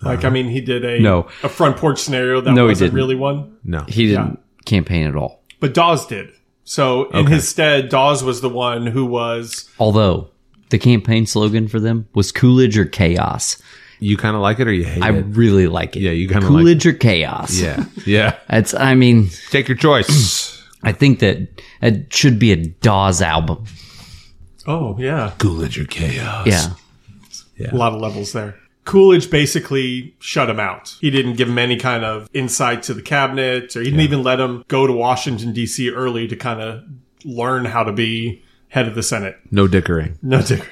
Speaker 1: Uh-huh.
Speaker 5: Like, I mean, he did a
Speaker 4: No.
Speaker 5: a front porch scenario that
Speaker 4: No, he
Speaker 5: wasn't
Speaker 4: didn't.
Speaker 5: really one,
Speaker 1: No.
Speaker 4: He didn't campaign at all.
Speaker 5: but Dawes did. So in his stead, Dawes was the one who was
Speaker 4: Although the campaign slogan for them was Coolidge or Chaos.
Speaker 1: You kind of like it or you hate
Speaker 4: I
Speaker 1: it?
Speaker 4: really like it.
Speaker 1: Yeah, you kinda like-
Speaker 4: Coolidge or chaos.
Speaker 1: Yeah. Yeah.
Speaker 4: it's. I mean,
Speaker 1: Take your choice.
Speaker 4: I think that it should be a Dawes album.
Speaker 5: oh yeah,
Speaker 1: Coolidge or chaos.
Speaker 4: Yeah,
Speaker 5: a lot of levels there. Coolidge basically shut him out. He didn't give him any kind of insight to the cabinet, or he didn't even let him go to Washington D.C. early to kind of learn how to be head of the Senate.
Speaker 1: No dickering.
Speaker 5: No degree.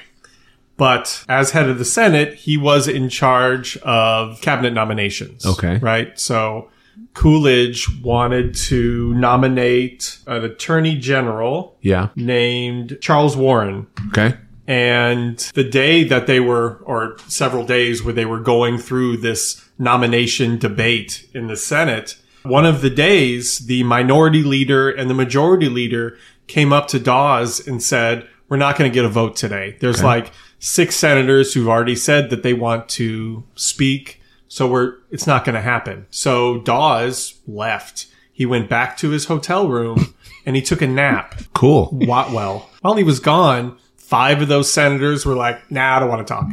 Speaker 5: But as head of the Senate, he was in charge of cabinet nominations.
Speaker 1: Okay.
Speaker 5: Right? So Coolidge wanted to nominate an attorney general
Speaker 1: Yeah.
Speaker 5: named Charles Warren.
Speaker 1: Okay.
Speaker 5: And the day that they were, or several days where they were going through this nomination debate in the Senate, one of the days, the minority leader and the majority leader came up to Dawes and said, we're not going to get a vote today. There's like six senators who've already said that they want to speak. So we're, it's not going to happen. So Dawes left. He went back to his hotel room and he took a nap.
Speaker 1: Cool.
Speaker 5: Watwell. While he was gone, five of those senators were like, nah, I don't want to talk.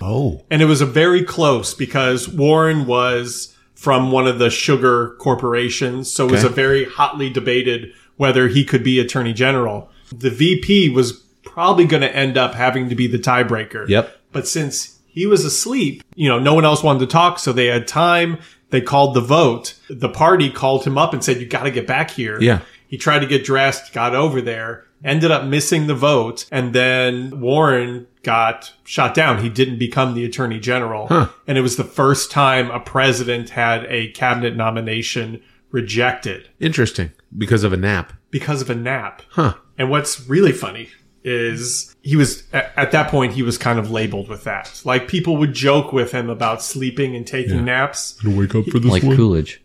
Speaker 1: Oh.
Speaker 5: And it was a very close because Warren was from one of the sugar corporations. So it was a
Speaker 1: Okay.
Speaker 5: very hotly debated whether he could be attorney general. The VP was probably going to end up having to be the tiebreaker.
Speaker 1: Yep.
Speaker 5: But since he was asleep, you know, no one else wanted to talk. So they had time. They called the vote. The party called him up and said, you got to get back here.
Speaker 1: Yeah.
Speaker 5: He tried to get dressed, got over there, ended up missing the vote, and then Warren got shot down. He didn't become the attorney general. And it was the first time a president had a cabinet nomination rejected
Speaker 1: Interesting. Because of a nap.
Speaker 5: because of a nap.
Speaker 1: Huh.
Speaker 5: And what's really funny is he was at, at that point he was kind of labeled with that. Like people would joke with him about sleeping and taking naps. Uh,
Speaker 3: Wake up for this
Speaker 4: like Coolidge.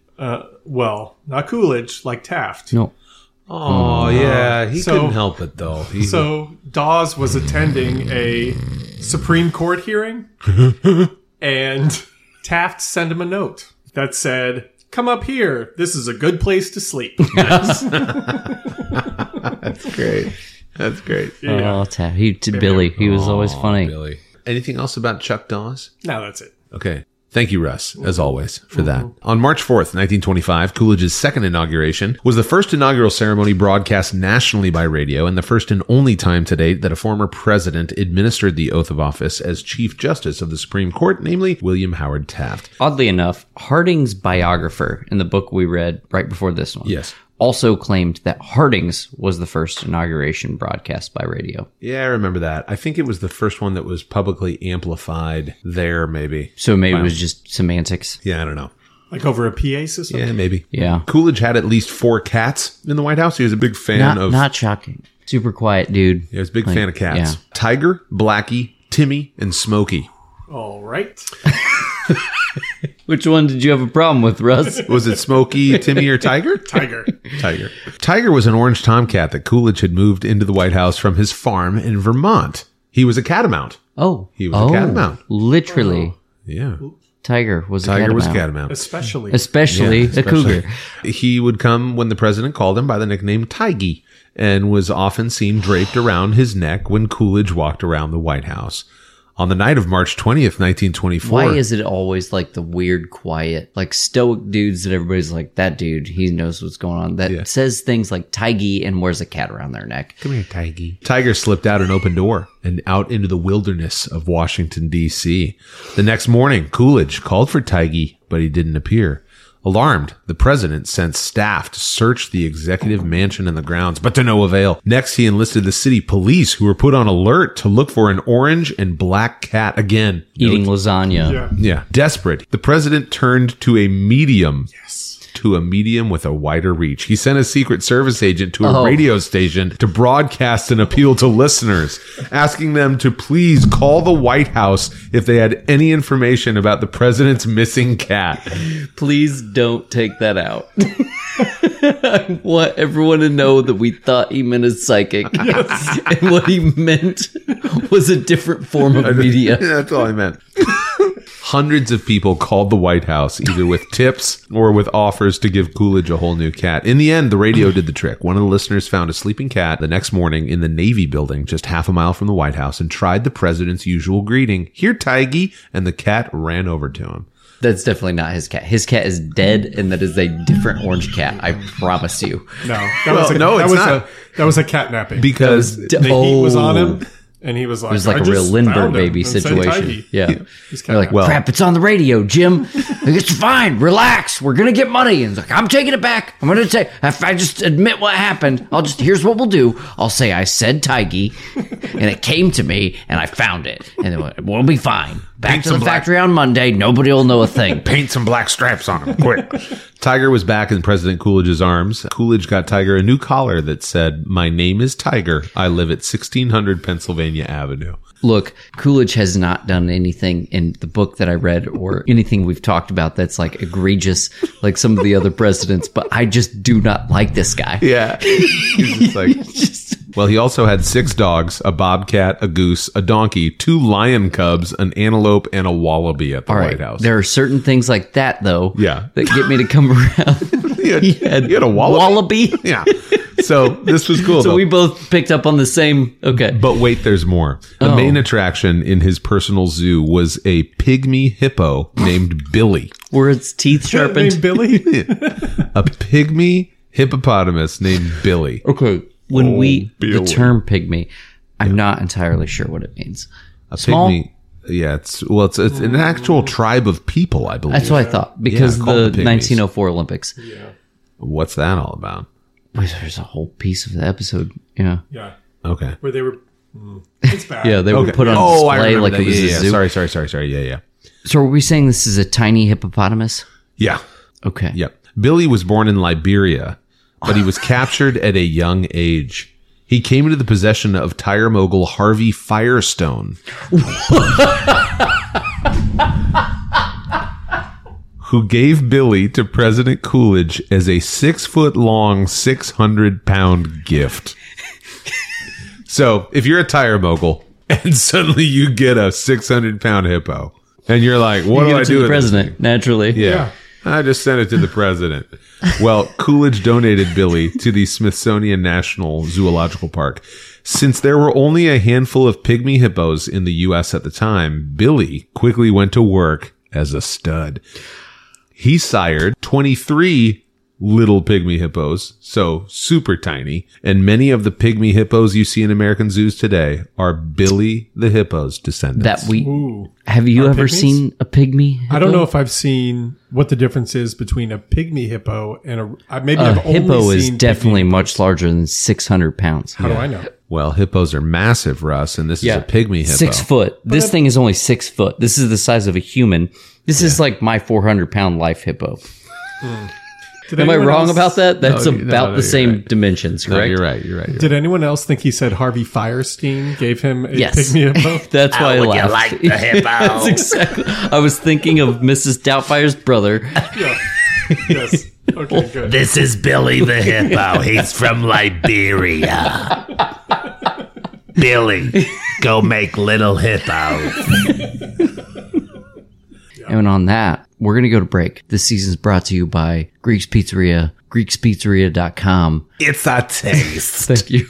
Speaker 5: Well, not Coolidge, like Taft.
Speaker 4: No,
Speaker 1: Oh, yeah. He
Speaker 5: So-
Speaker 1: couldn't help it, though. He,
Speaker 5: So Dawes was attending a Supreme Court hearing, and Taft sent him a note that said, "Come up here. This is a good place to sleep."
Speaker 1: great. That's great.
Speaker 4: oh, ta- he to Billy. He was always funny.
Speaker 1: Billy. Anything else about Chuck Dawes?
Speaker 5: now that's it.
Speaker 1: Okay. Thank you, Russ, as always, for that. On March 4th, 1925, Coolidge's second inauguration was the first inaugural ceremony broadcast nationally by radio and the first and only time to date that a former president administered the oath of office as Chief Justice of the Supreme Court, namely William Howard Taft.
Speaker 4: Oddly enough, Harding's biographer in the book we read right before this one,
Speaker 1: Yes.
Speaker 4: also claimed that Harding's was the first inauguration broadcast by radio.
Speaker 1: Yeah, I remember that. I think it was the first one that was publicly amplified there, maybe.
Speaker 4: So maybe it was just semantics.
Speaker 1: Yeah, I don't know.
Speaker 5: Like over a PA system.
Speaker 1: Yeah, maybe.
Speaker 4: Yeah,
Speaker 1: Coolidge had at least four cats in the White House. He was a big fan
Speaker 4: not
Speaker 1: of
Speaker 4: not shocking. Super quiet dude.
Speaker 1: He was a big fan of cats.
Speaker 4: yeah.
Speaker 1: Tiger, Blackie, Timmy, and Smokey.
Speaker 5: All right.
Speaker 4: Which one did you have a problem with, Russ?
Speaker 1: Was it Smokey, Timmy, or Tiger?
Speaker 5: Tiger.
Speaker 1: Tiger. Tiger was an orange tomcat that Coolidge had moved into the White House from his farm in Vermont. He was a catamount.
Speaker 4: Oh,
Speaker 1: He was a
Speaker 4: Oh,
Speaker 1: catamount.
Speaker 4: Literally,
Speaker 1: Yeah.
Speaker 4: Tiger was a
Speaker 1: Tiger
Speaker 4: catamount.
Speaker 1: was a catamount.
Speaker 5: Especially.
Speaker 4: especially
Speaker 1: Yeah,
Speaker 4: a cougar.
Speaker 1: He would come when the president called him by the nickname Tiggy and was often seen draped around his neck when Coolidge walked around the White House. On the night of March 20th, 1924.
Speaker 4: Why is it always like the weird, quiet, like stoic dudes that everybody's like, that dude, he knows what's going on, that says things like Tiggy and wears a cat around their neck?
Speaker 1: Come here, Tiger. Tiger slipped out an open door and out into the wilderness of Washington, D.C. The next morning, Coolidge called for Tiger, but he didn't appear. Alarmed, the president sent staff to search the executive mansion and the grounds, but to no avail. Next, he enlisted the city police, who were put on alert to look for an orange and black cat again.
Speaker 4: Eating lasagna.
Speaker 5: Yeah.
Speaker 1: Yeah. Desperate, the president turned to a medium. Yes. To a medium with a wider reach. He sent a Secret Service agent to a
Speaker 4: Oh.
Speaker 1: radio station to broadcast an appeal to listeners, asking them to please call the White House if they had any information about the president's missing cat.
Speaker 4: Please don't take that out. I want everyone to know that we thought he meant a psychic. And what he meant was a different form of media.
Speaker 1: That's all I meant. Hundreds of people called the White House either with tips or with offers to give Coolidge a whole new cat. In the end, the radio did the trick. One of the listeners found a sleeping cat the next morning in the Navy building just half a mile from the White House and tried the president's usual greeting, Here, Tiggy, and the cat ran over to him.
Speaker 4: That's definitely not his cat. His cat is dead, and that is a different orange cat. I promise you.
Speaker 5: No, that was a,
Speaker 1: no,
Speaker 5: that
Speaker 1: it's
Speaker 5: was
Speaker 1: not.
Speaker 5: a that was a catnapping.
Speaker 1: Because
Speaker 5: the heat was on him, and he was
Speaker 4: It
Speaker 5: like,
Speaker 4: was like
Speaker 5: "I
Speaker 4: a
Speaker 5: just
Speaker 4: real
Speaker 5: found
Speaker 4: Lindbergh
Speaker 5: him
Speaker 4: baby
Speaker 5: and said
Speaker 4: situation.
Speaker 5: Tighe."
Speaker 4: Yeah.
Speaker 5: kinda
Speaker 4: They're like,
Speaker 1: well-
Speaker 4: crap, it's on the radio, Jim. Like, it's fine. Relax. We're going to get money. And he's like, I'm taking it back. I'm going to take, if I just admit what happened, I'll just, here's what we'll do. I'll say I said Tiggy and it came to me and I found it. And then we'll- we'll be fine. Back to the factory on Monday. Nobody will know a thing.
Speaker 3: Paint some black straps on him, quick.
Speaker 1: Tiger was back in President Coolidge's arms, Coolidge got Tiger a new collar that said, My name is Tiger. I live at 1600 Pennsylvania Avenue.
Speaker 4: Look, Coolidge has not done anything in the book that I read or anything we've talked about that's like egregious, like some of the other presidents, but I just do not like this guy.
Speaker 1: Yeah. He's just like. well, he also had six dogs a bobcat, a goose, a donkey, two lion cubs, an antelope, and a wallaby at the
Speaker 4: All
Speaker 1: White
Speaker 4: right.
Speaker 1: House.
Speaker 4: There are certain things like that, though.
Speaker 1: Yeah.
Speaker 4: That get me to come around.
Speaker 1: he, had, he had a wallaby.
Speaker 4: Wallaby.
Speaker 1: yeah. So this was cool.
Speaker 4: So
Speaker 1: though.
Speaker 4: we both picked up on the same. Okay.
Speaker 1: but wait, there's more. The
Speaker 4: Oh.
Speaker 1: main attraction in his personal zoo was a pygmy hippo named Billy.
Speaker 4: Were its teeth sharpened?
Speaker 5: Named Billy.
Speaker 1: A pygmy hippopotamus named Billy.
Speaker 4: okay.
Speaker 1: Oh,
Speaker 4: When we the term pygmy, I'm not entirely sure what it means.
Speaker 1: A
Speaker 4: Small?
Speaker 1: pygmy. Yeah, it's well, it's, it's an actual tribe of people, I believe.
Speaker 4: That's what I thought because
Speaker 1: Yeah, called
Speaker 4: the,
Speaker 1: the pygmies.
Speaker 4: 1904 Olympics.
Speaker 1: What's that all about?
Speaker 4: Wait, There's a whole piece of the episode. Yeah.
Speaker 5: yeah,
Speaker 1: Okay.
Speaker 5: where they were. mm, It's bad.
Speaker 4: Yeah, they were
Speaker 1: Okay.
Speaker 4: put on
Speaker 1: Oh, I
Speaker 4: display
Speaker 1: remember
Speaker 4: like
Speaker 1: that.
Speaker 4: it was
Speaker 1: yeah,
Speaker 4: a
Speaker 1: yeah,
Speaker 4: zoo.
Speaker 1: Sorry, sorry, sorry, sorry. Yeah, yeah.
Speaker 4: So, are we saying this is a tiny hippopotamus?
Speaker 1: Yeah.
Speaker 4: Okay.
Speaker 1: Yep. Billy was born in Liberia, but he was captured at a young age. He came into the possession of tire mogul Harvey Firestone. Who gave Billy to President Coolidge as a six foot long, 600 pound gift. So if you're a tire mogul and suddenly you get a 600 pound hippo and you're like, what do
Speaker 4: Give
Speaker 1: I
Speaker 4: it
Speaker 1: do
Speaker 4: to the
Speaker 1: with this
Speaker 4: president naturally.
Speaker 1: yeah. I just sent it to the president. well, Coolidge donated Billy to the Smithsonian National Zoological Park. Since there were only a handful of pygmy hippos in the U.S. at the time, Billy quickly went to work as a stud. He sired 23 little pygmy hippos, so super tiny, and many of the pygmy hippos you see in American zoos today are Billy the hippo's descendants.
Speaker 4: That we
Speaker 5: Ooh.
Speaker 4: have you ever
Speaker 5: pygmies?
Speaker 4: seen a pygmy?
Speaker 5: I don't know if I've seen what the difference is between a pygmy hippo and a I- maybe
Speaker 4: A
Speaker 5: I've only
Speaker 4: Uh, hippo is
Speaker 5: seen pygmy-
Speaker 4: definitely much larger than 600 pounds.
Speaker 5: How do I know?
Speaker 1: well, hippos are massive, Russ, and this
Speaker 4: Yeah.
Speaker 1: is a pygmy hippo.
Speaker 4: Six foot. This thing is only six foot. This is the size of a human. This is like my 400 pound life hippo.
Speaker 5: Did
Speaker 4: Am I
Speaker 5: anyone
Speaker 4: wrong
Speaker 5: else-
Speaker 4: about that? That's
Speaker 1: No, you- no,
Speaker 4: about
Speaker 1: no,
Speaker 4: the
Speaker 1: you're
Speaker 4: same
Speaker 1: right.
Speaker 4: dimensions,
Speaker 1: No,
Speaker 4: correct?
Speaker 1: you're right. You're right. You're
Speaker 5: Did anyone else think he said Harvey Firestein gave him a
Speaker 4: Yes.
Speaker 5: pygmy hippo?
Speaker 4: That's why I
Speaker 2: would you
Speaker 4: laughed.
Speaker 2: like the hippo?
Speaker 4: That's exactly. I was thinking of Mrs. Doubtfire's brother.
Speaker 5: yeah. Yes. Okay. Good.
Speaker 2: This is Billy the Hippo. He's from Liberia. Billy, go make little hippos.
Speaker 4: And on that, we're going to go to break. This season's brought to you by Greek's Pizzeria, greekspizzeria.com.
Speaker 2: It's a taste.
Speaker 4: Thank you.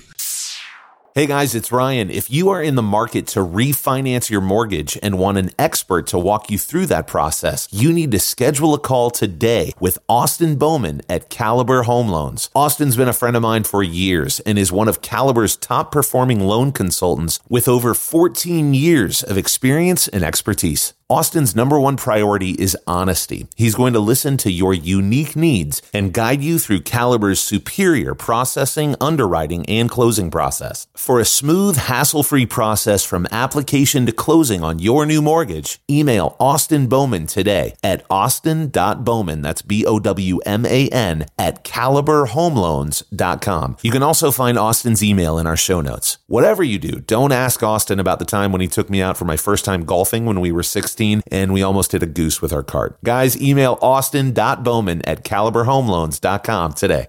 Speaker 7: Hey guys, it's Ryan. If you are in the market to refinance your mortgage and want an expert to walk you through that process, you need to schedule a call today with Austin Bowman at Caliber Home Loans. Austin's been a friend of mine for years and is one of Caliber's top performing loan consultants with over 14 years of experience and expertise. Austin's number one priority is honesty. He's going to listen to your unique needs and guide you through Caliber's superior processing, underwriting, and closing process. For a smooth, hassle free process from application to closing on your new mortgage, email Austin Bowman today at austin.bowman, that's B O W M A N, at caliberhomeloans.com. You can also find Austin's email in our show notes. Whatever you do, don't ask Austin about the time when he took me out for my first time golfing when we were 16 and we almost hit a goose with our cart. Guys, email austin.bowman at caliberhomeloans.com today.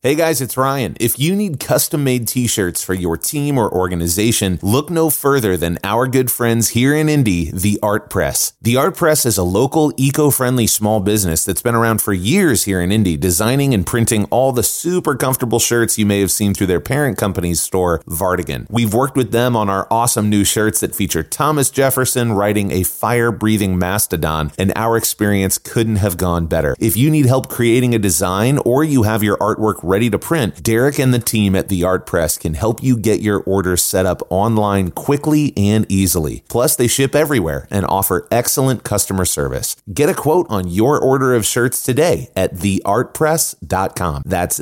Speaker 7: Hey guys, it's Ryan. If you need custom made t shirts for your team or organization, look no further than our good friends here in Indy, The Art Press. The Art Press is a local, eco friendly small business that's been around for years here in Indy, designing and printing all the super comfortable shirts you may have seen through their parent company's store, Vardigan. We've worked with them on our awesome new shirts that feature Thomas Jefferson riding a fire breathing mastodon, and our experience couldn't have gone better. If you need help creating a design or you have your artwork ready to print, Derek and the team at The Art Press can help you get your order set up online quickly and easily. Plus, they ship everywhere and offer excellent customer service. Get a quote on your order of shirts today at theartpress.com. That's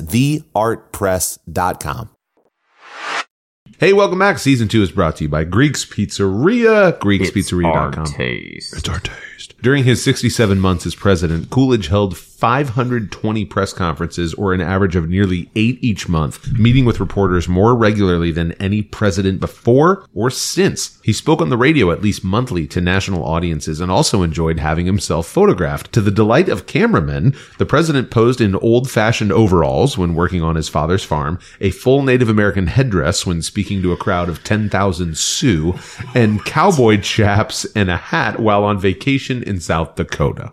Speaker 7: theartpress.com.
Speaker 1: Hey, welcome back. Season two is brought to you by Greeks
Speaker 8: our
Speaker 1: Pizzeria, greekspizzeria.com.
Speaker 8: taste.
Speaker 1: It's our taste. During his 67 months as president, Coolidge held 520 press conferences, or an average of nearly eight each month, meeting with reporters more regularly than any president before or since. He spoke on the radio at least monthly to national audiences and also enjoyed having himself photographed. To the delight of cameramen, the president posed in old fashioned overalls when working on his father's farm, a full Native American headdress when speaking to a crowd of 10,000 Sioux, and cowboy chaps and a hat while on vacation in South Dakota.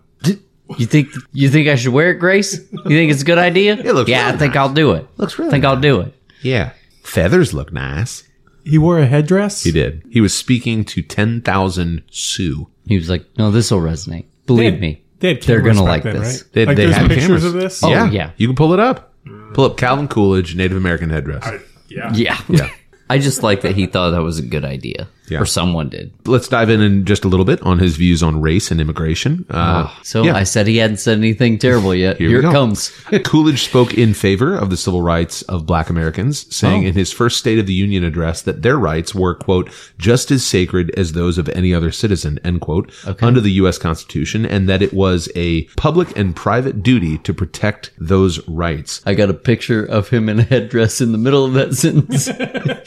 Speaker 4: You think you think I should wear it, Grace? You think it's a good idea? It
Speaker 1: looks
Speaker 4: Yeah,
Speaker 1: really
Speaker 4: I think I'll do it.
Speaker 1: Looks really
Speaker 4: I think I'll do it.
Speaker 1: Yeah. Feathers look nice.
Speaker 5: He wore a headdress.
Speaker 1: He did. He was speaking to 10,000 Sioux.
Speaker 4: He was like, "No, this will resonate. Believe me."
Speaker 5: They had
Speaker 4: They're
Speaker 5: cameras
Speaker 4: gonna
Speaker 5: back
Speaker 4: like this.
Speaker 5: Right?
Speaker 1: They,
Speaker 5: like
Speaker 1: they
Speaker 5: there's
Speaker 1: had
Speaker 5: pictures
Speaker 1: cameras.
Speaker 5: of this.
Speaker 4: Oh,
Speaker 1: yeah.
Speaker 4: yeah.
Speaker 1: You can pull it up. Pull up Calvin Coolidge, Native American headdress.
Speaker 4: Yeah.
Speaker 1: Yeah.
Speaker 8: I just like that he thought that was a good idea,
Speaker 1: Yeah.
Speaker 8: or someone did.
Speaker 1: Let's dive in, in just a little bit on his views on race and immigration. Uh,
Speaker 4: So
Speaker 1: Yeah.
Speaker 4: I said he hadn't said anything terrible yet. Here,
Speaker 1: we
Speaker 4: it
Speaker 1: go.
Speaker 4: comes.
Speaker 1: Coolidge spoke in favor of the civil rights of black Americans,
Speaker 4: Oh.
Speaker 1: saying in his first State of the Union address that their rights were, quote, just as sacred as those of any other citizen, end quote, under the U.S. Constitution, and that it was a public and private duty to protect those rights.
Speaker 4: I got a picture of him in a headdress in the middle of that sentence.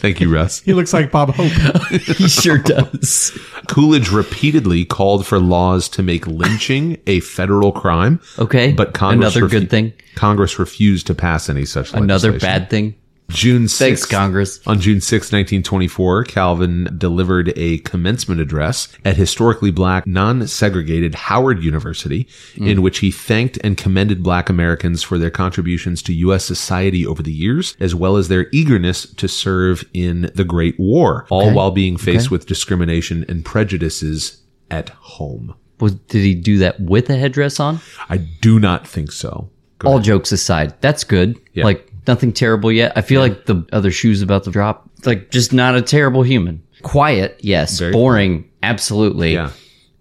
Speaker 1: Thank you, Russ.
Speaker 5: He looks like Bob Hope.
Speaker 4: he sure does.
Speaker 1: Coolidge repeatedly called for laws to make lynching a federal crime.
Speaker 4: Okay.
Speaker 1: But Congress
Speaker 4: another
Speaker 1: refu-
Speaker 4: good thing.
Speaker 1: Congress refused to pass any such
Speaker 4: Another
Speaker 1: legislation.
Speaker 4: bad thing.
Speaker 1: June 6th,
Speaker 4: Thanks, Congress.
Speaker 1: On June 6, 1924, Calvin delivered a commencement address at historically black, non-segregated Howard University, in which he thanked and commended black Americans for their contributions to U.S. society over the years, as well as their eagerness to serve in the Great War, all while being faced with discrimination and prejudices at home.
Speaker 4: Was, did he do that with a headdress on?
Speaker 1: I do not think so. Go
Speaker 4: All jokes aside, that's good.
Speaker 1: Yeah.
Speaker 4: Like nothing terrible yet. I feel like the other shoe's about to drop. Like just not a terrible human. Quiet, yes. Boring, absolutely.
Speaker 1: Yeah.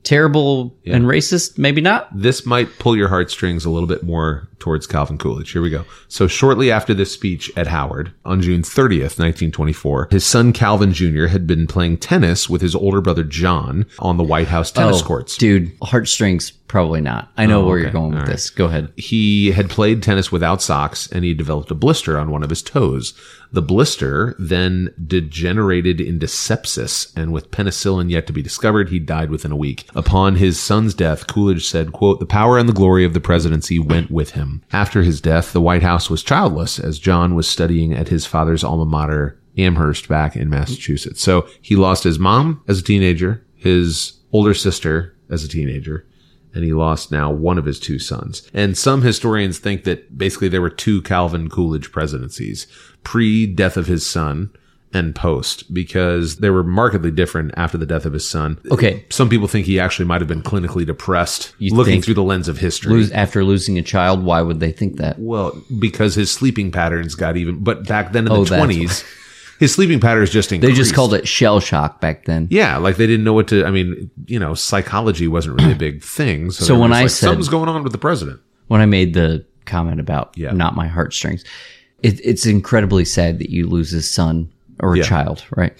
Speaker 4: Terrible and racist, maybe not.
Speaker 1: this might pull your heartstrings a little bit more towards Calvin Coolidge. Here we go. So shortly after this speech at Howard on June 30th, 1924, his son Calvin Jr. had been playing tennis with his older brother John on the White House tennis
Speaker 4: Oh,
Speaker 1: courts.
Speaker 4: Dude, heartstrings, probably not. I know where you're going with
Speaker 1: Oh, All right.
Speaker 4: this. Go ahead.
Speaker 1: He had played tennis without socks and he developed a blister on one of his toes. The blister then degenerated into sepsis and with penicillin yet to be discovered, he died within a week. Upon his son's death, Coolidge said, quote, the power and the glory of the presidency went with him. After his death, the White House was childless as John was studying at his father's alma mater, Amherst, back in Massachusetts. So he lost his mom as a teenager, his older sister as a teenager, and he lost now one of his two sons. And some historians think that basically there were two Calvin Coolidge presidencies, pre death of his son and post, because they were markedly different after the death of his son.
Speaker 4: Okay.
Speaker 1: Some people think he actually might have been clinically depressed looking
Speaker 4: think?
Speaker 1: through the lens of history.
Speaker 4: Lose, after losing a child, why would they think that?
Speaker 1: well, because his sleeping patterns got even, but back then in
Speaker 4: Oh,
Speaker 1: the
Speaker 4: that's
Speaker 1: 20s, His sleeping patterns just
Speaker 4: They
Speaker 1: increased.
Speaker 4: just called it shell shock back then.
Speaker 1: Yeah, like they didn't know what to. I mean, you know, psychology wasn't really a big thing. So, they
Speaker 4: So
Speaker 1: were
Speaker 4: when
Speaker 1: just
Speaker 4: I
Speaker 1: like,
Speaker 4: said-
Speaker 1: something's going on with the president,
Speaker 4: When I made the comment about
Speaker 1: Yeah.
Speaker 4: not my heartstrings, it, it's incredibly sad that you lose a son or a
Speaker 1: Yeah.
Speaker 4: child, right?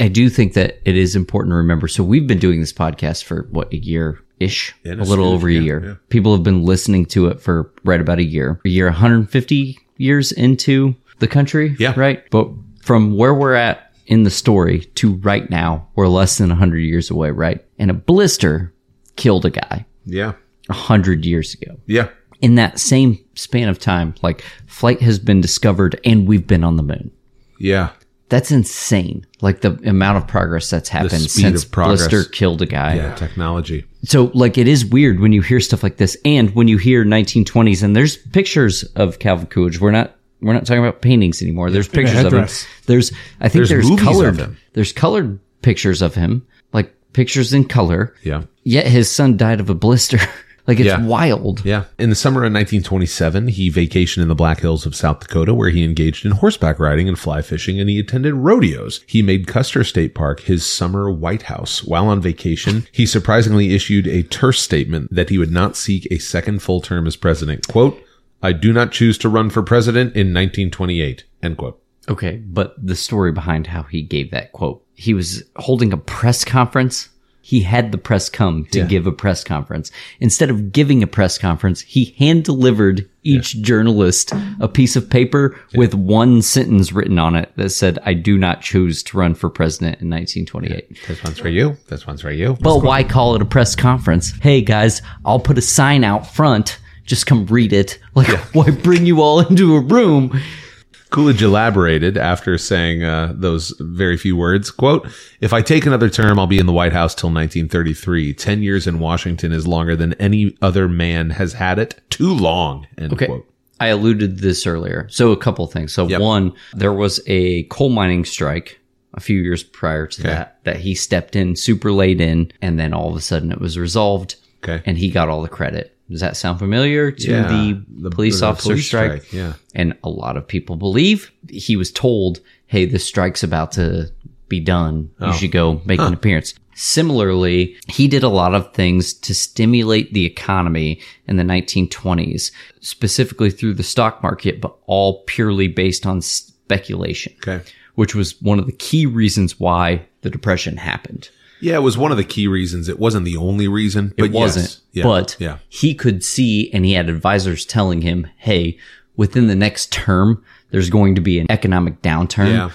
Speaker 4: I do think that it is important to remember. So we've been doing this podcast for what a year ish, a
Speaker 1: that's
Speaker 4: little
Speaker 1: good.
Speaker 4: over a year. People have been listening to it for right about a year, a year, 150 years into the country,
Speaker 1: Yeah.
Speaker 4: right? But from where we're at in the story to right now, we're less than 100 years away, right? And a blister killed a guy
Speaker 1: yeah,
Speaker 4: 100 years ago
Speaker 1: yeah,
Speaker 4: in that same span of time, like flight has been discovered and we've been on the moon.
Speaker 1: yeah,
Speaker 4: That's insane. Like the amount of progress that's happened
Speaker 1: speed
Speaker 4: since
Speaker 1: of progress.
Speaker 4: Blister killed a guy.
Speaker 1: yeah. Technology,
Speaker 4: So like it is weird when you hear stuff like this and when you hear 1920s and there's pictures of Calvin Coolidge. We're not we're not talking about paintings anymore. There's pictures of him.
Speaker 5: headdress.
Speaker 4: There's I think
Speaker 1: There's
Speaker 4: there's,
Speaker 1: movies of
Speaker 4: colored
Speaker 1: him.
Speaker 4: there's colored pictures of him, like pictures in color.
Speaker 1: yeah,
Speaker 4: Yet his son died of a blister. like it's
Speaker 1: Yeah.
Speaker 4: wild.
Speaker 1: yeah. In the summer of 1927, he vacationed in the Black Hills of South Dakota, where he engaged in horseback riding and fly fishing, and he attended rodeos. He made Custer State Park his summer White House. While on vacation, he surprisingly issued a terse statement that he would not seek a second full term as president. "Quote: I do not choose to run for president in 1928." End quote.
Speaker 4: Okay, but the story behind how he gave that quote. He was holding a press conference. He had the press come to give a press conference. Instead of giving a press conference, he hand delivered each journalist a piece of paper with one sentence written on it that said, I do not choose to run for president in 1928.
Speaker 1: This one's for you. This one's for you.
Speaker 4: But why call it a press conference? Hey guys, I'll put a sign out front. Just come read it. Like, why bring you all into a room?
Speaker 1: Coolidge elaborated after saying uh, those very few words, quote, If I take another term, I'll be in the White House till 1933. Ten years in Washington is longer than any other man has had it. Too long, end
Speaker 4: Okay.
Speaker 1: quote.
Speaker 4: I alluded to this earlier. So a couple things. So one, there was a coal mining strike a few years prior to that that he stepped in super late in and then all of a sudden it was resolved
Speaker 1: Okay.
Speaker 4: and he got all the credit. Does that sound familiar to
Speaker 1: Yeah.
Speaker 4: the,
Speaker 1: The-
Speaker 4: police
Speaker 1: the
Speaker 4: officer
Speaker 1: police
Speaker 4: strike?
Speaker 1: strike, yeah.
Speaker 4: And a lot of people believe he was told, "Hey, the strike's about to be done. You should go make an appearance." Similarly, he did a lot of things to stimulate the economy in the 1920s, specifically through the stock market, but all purely based on speculation.
Speaker 1: Okay.
Speaker 4: Which was one of the key reasons why the depression happened.
Speaker 1: Yeah, it was one of the key reasons. It wasn't the only reason, but
Speaker 4: It wasn't,
Speaker 1: yes. Yeah.
Speaker 4: but
Speaker 1: yeah.
Speaker 4: he could see and he had advisors telling him, hey, within the next term, there's going to be an economic downturn.
Speaker 1: Yeah.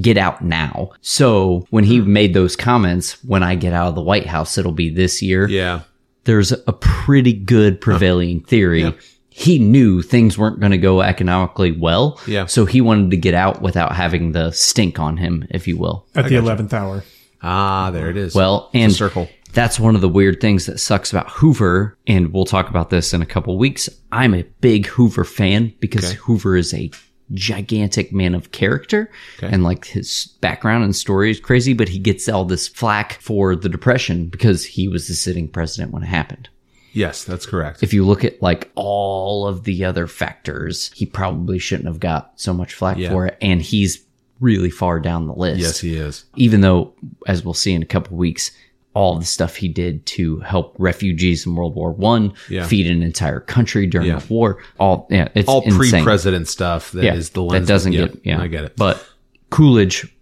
Speaker 4: Get out now. So when he made those comments, when I get out of the White House, it'll be this year.
Speaker 1: Yeah.
Speaker 4: There's a pretty good prevailing theory. He knew things weren't going to go economically well.
Speaker 1: Yeah.
Speaker 4: So he wanted to get out without having the stink on him, if you will.
Speaker 5: At the 11th hour.
Speaker 1: Ah, there it is.
Speaker 4: Well, and
Speaker 1: circle.
Speaker 4: That's one of the weird things that sucks about Hoover, and we'll talk about this in a couple weeks. I'm a big Hoover fan because Hoover is a gigantic man of character, and like his background and story is crazy, but he gets all this flack for the Depression because he was the sitting president when it happened.
Speaker 1: yes, that's correct.
Speaker 4: If you look at like all of the other factors, he probably shouldn't have got so much flack for it, and he's really far down the list
Speaker 1: yes, he is.
Speaker 4: even though, as we'll see in a couple weeks, all the stuff he did to help refugees in World War One,
Speaker 1: Yeah.
Speaker 4: feed an entire country during the war, all yeah, it's
Speaker 1: All pre
Speaker 4: insane.
Speaker 1: president stuff that is
Speaker 4: yeah,
Speaker 1: the lens
Speaker 4: that doesn't
Speaker 1: yeah,
Speaker 4: get yeah,
Speaker 1: I get it.
Speaker 4: But Coolidge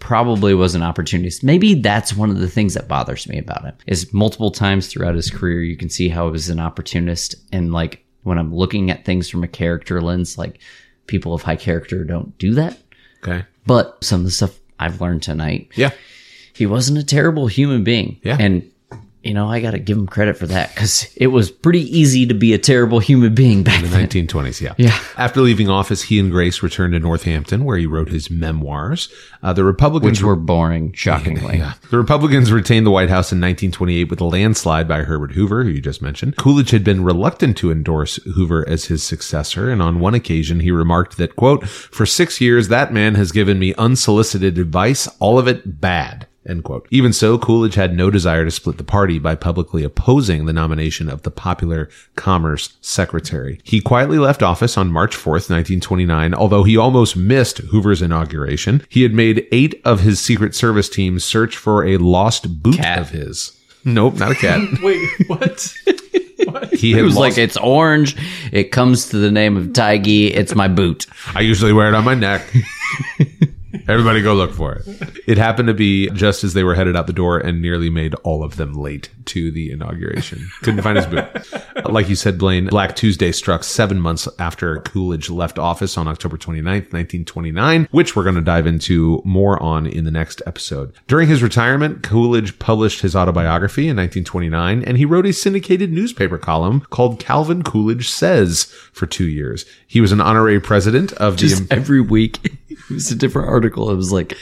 Speaker 4: probably was an opportunist. Maybe that's one of the things that bothers me about him is multiple times throughout his career you can see how he was an opportunist and like when I'm looking at things from a character lens, like people of high character don't do that.
Speaker 1: okay.
Speaker 4: But some of the stuff I've learned tonight
Speaker 1: Yeah.
Speaker 4: he wasn't a terrible human being.
Speaker 1: Yeah.
Speaker 4: And, you know, I got to give him credit for that because it was pretty easy to be a terrible human being back then.
Speaker 1: 1920s, yeah. Yeah. After leaving office, he and Grace returned to Northampton, where he wrote his memoirs. Uh, the Republicans
Speaker 4: Which were boring, shockingly.
Speaker 1: the Republicans retained the White House in 1928 with a landslide by Herbert Hoover, who you just mentioned. Coolidge had been reluctant to endorse Hoover as his successor, and on one occasion he remarked that, quote, for six years that man has given me unsolicited advice, all of it bad, End quote. Even so, Coolidge had no desire to split the party by publicly opposing the nomination of the popular Commerce Secretary. He quietly left office on March 4th, 1929, although he almost missed Hoover's inauguration. He had made eight of his Secret Service teams search for a lost boot of his. Nope, not a cat.
Speaker 5: Wait, what?
Speaker 1: He
Speaker 4: It
Speaker 1: had
Speaker 4: was
Speaker 1: lost.
Speaker 4: like, it's orange. It comes to the name of Taigi. It's my boot.
Speaker 1: I usually wear it on my neck. Everybody go look for it. It happened to be just as they were headed out the door and nearly made all of them late to the inauguration. Couldn't find his boot. Like you said, Blaine, Black Tuesday struck seven months after Coolidge left office on October 29th, 1929, which we're going to dive into more on in the next episode. During his retirement, Coolidge published his autobiography in 1929 and he wrote a syndicated newspaper column called Calvin Coolidge Says for two years. He was an honorary president of the.
Speaker 4: Just every week, it was a different article. It was like,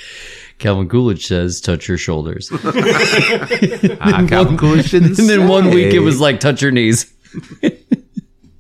Speaker 4: Calvin Coolidge says, touch your shoulders. and
Speaker 1: Ah, Calvin Coolidge didn't
Speaker 4: then one week
Speaker 1: say.
Speaker 4: it was like, touch your knees.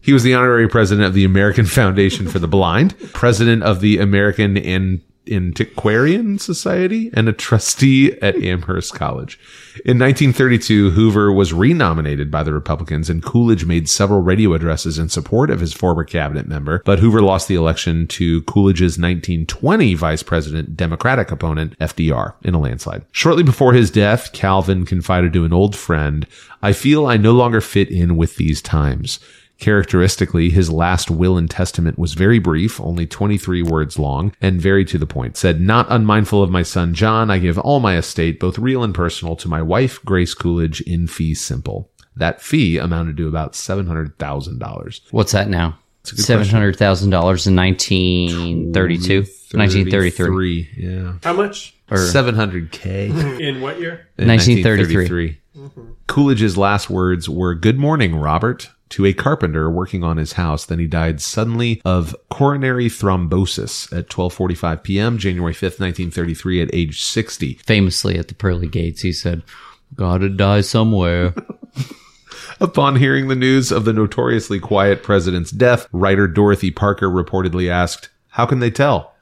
Speaker 1: He was the honorary president of the American Foundation for the Blind, president of the American An- Antiquarian Society, and a trustee at Amherst College. In 1932, Hoover was renominated by the Republicans, and Coolidge made several radio addresses in support of his former cabinet member. But Hoover lost the election to Coolidge's 1920 vice president, Democratic opponent, FDR, in a landslide. Shortly before his death, Calvin confided to an old friend, I feel I no longer fit in with these times. Characteristically, his last will and testament was very brief, only 23 words long, and very to the point. Said, Not unmindful of my son John, I give all my estate, both real and personal, to my wife, Grace Coolidge, in fee simple. That fee amounted to about $700,0and.
Speaker 4: What's that now? $700,000 in 1932, 1933.
Speaker 1: Yeah.
Speaker 5: How much?
Speaker 1: 700K.
Speaker 5: In what year?
Speaker 1: in
Speaker 4: 1933.
Speaker 1: 1933. Coolidge's last words were Good morning, Robert, to a carpenter working on his house. Then he died suddenly of coronary thrombosis at 12:45 p.m. January 5th, 1933 at age 60.
Speaker 4: Famously at the pearly gates, he said, Gotta die somewhere.
Speaker 1: Upon hearing the news of the notoriously quiet president's death, writer Dorothy Parker reportedly asked, "How can they tell?"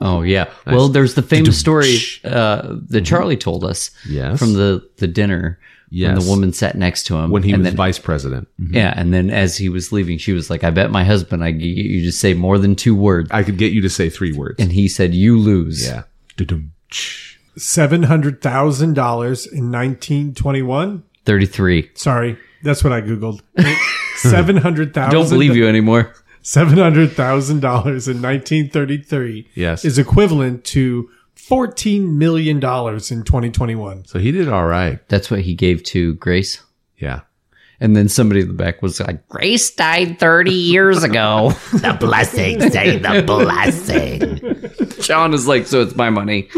Speaker 4: Oh yeah. Well, there's the famous story uh, that Charlie told us.
Speaker 1: Yes.
Speaker 4: From the the dinner. When
Speaker 1: Yes.
Speaker 4: the woman sat next to him.
Speaker 1: When he
Speaker 4: and
Speaker 1: was
Speaker 4: then, Mm-hmm.
Speaker 1: vice president,
Speaker 4: yeah, and then as he was leaving, she was like, "I bet my husband I could get you to say more than two words,"
Speaker 1: I could get you to say three words.
Speaker 4: and he said, "You lose."
Speaker 1: yeah. Du-dum-tsh.
Speaker 5: Seven hundred thousand dollars in nineteen twenty-one.
Speaker 4: Thirty three.
Speaker 5: Sorry, that's what I googled. Seven hundred thousand.
Speaker 4: Don't believe you anymore.
Speaker 5: Seven hundred thousand dollars in nineteen thirty-three.
Speaker 1: Yes.
Speaker 5: is equivalent to fourteen million dollars in twenty twenty-one.
Speaker 1: So he did all right.
Speaker 4: That's what he gave to Grace.
Speaker 1: Yeah.
Speaker 4: And then somebody in the back was like, "Grace died thirty years ago."
Speaker 2: The blessing, say the blessing.
Speaker 4: John is like, "So it's my money."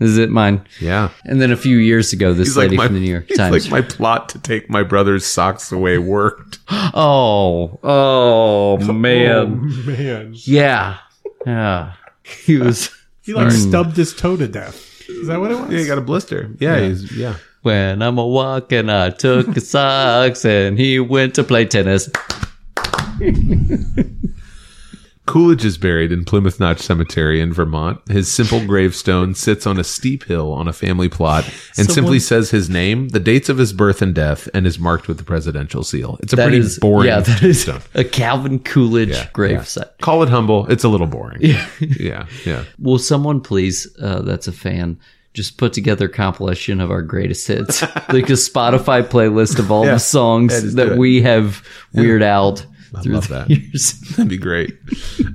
Speaker 4: Is it mine?
Speaker 1: Yeah.
Speaker 4: And then a few years ago, this
Speaker 1: He's
Speaker 4: lady
Speaker 1: my,
Speaker 4: from the New York
Speaker 1: he's
Speaker 4: Times.
Speaker 1: like my plot to take my brother's socks away worked.
Speaker 4: oh, oh man,
Speaker 5: Man,
Speaker 4: Yeah. Yeah. He was
Speaker 5: he like
Speaker 4: Hmm.
Speaker 5: stubbed his toe to death. Is that what it was?
Speaker 1: Yeah, he got a blister. Yeah, yeah. He's, yeah.
Speaker 4: when I'm a walking, I took his socks and he went to play tennis.
Speaker 1: Coolidge is buried in Plymouth Notch Cemetery in Vermont. His simple gravestone sits on a steep hill on a family plot and simply says his name, the dates of his birth and death, and is marked with the presidential seal. It's a
Speaker 4: That
Speaker 1: pretty
Speaker 4: is
Speaker 1: boring
Speaker 4: Yeah, that is
Speaker 1: stone.
Speaker 4: a Calvin Coolidge
Speaker 1: Yeah,
Speaker 4: gravesite.
Speaker 1: Call it humble. It's a little boring. Yeah. yeah. Yeah.
Speaker 4: Will someone please, uh, that's a fan, just put together a compilation of our greatest hits, like a Spotify playlist of all the songs
Speaker 1: do
Speaker 4: that
Speaker 1: it.
Speaker 4: we have weird out through
Speaker 1: love
Speaker 4: the
Speaker 1: that.
Speaker 4: years.
Speaker 1: That'd be great.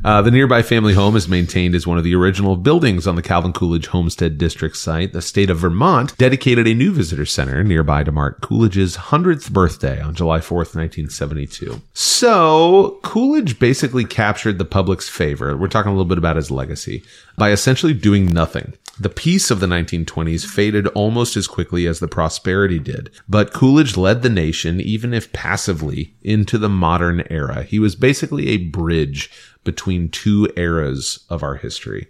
Speaker 1: Uh, the nearby family home is maintained as one of the original buildings on the Calvin Coolidge Homestead District site. The state of Vermont dedicated a new visitor center nearby to mark Coolidge's 100th birthday on July 4th, 1972. So, Coolidge basically captured the public's favor. We're talking a little bit about his legacy by essentially doing nothing. The peace of the 1920s faded almost as quickly as the prosperity did, but Coolidge led the nation, even if passively, into the modern era. He was basically a bridge between two eras of our history.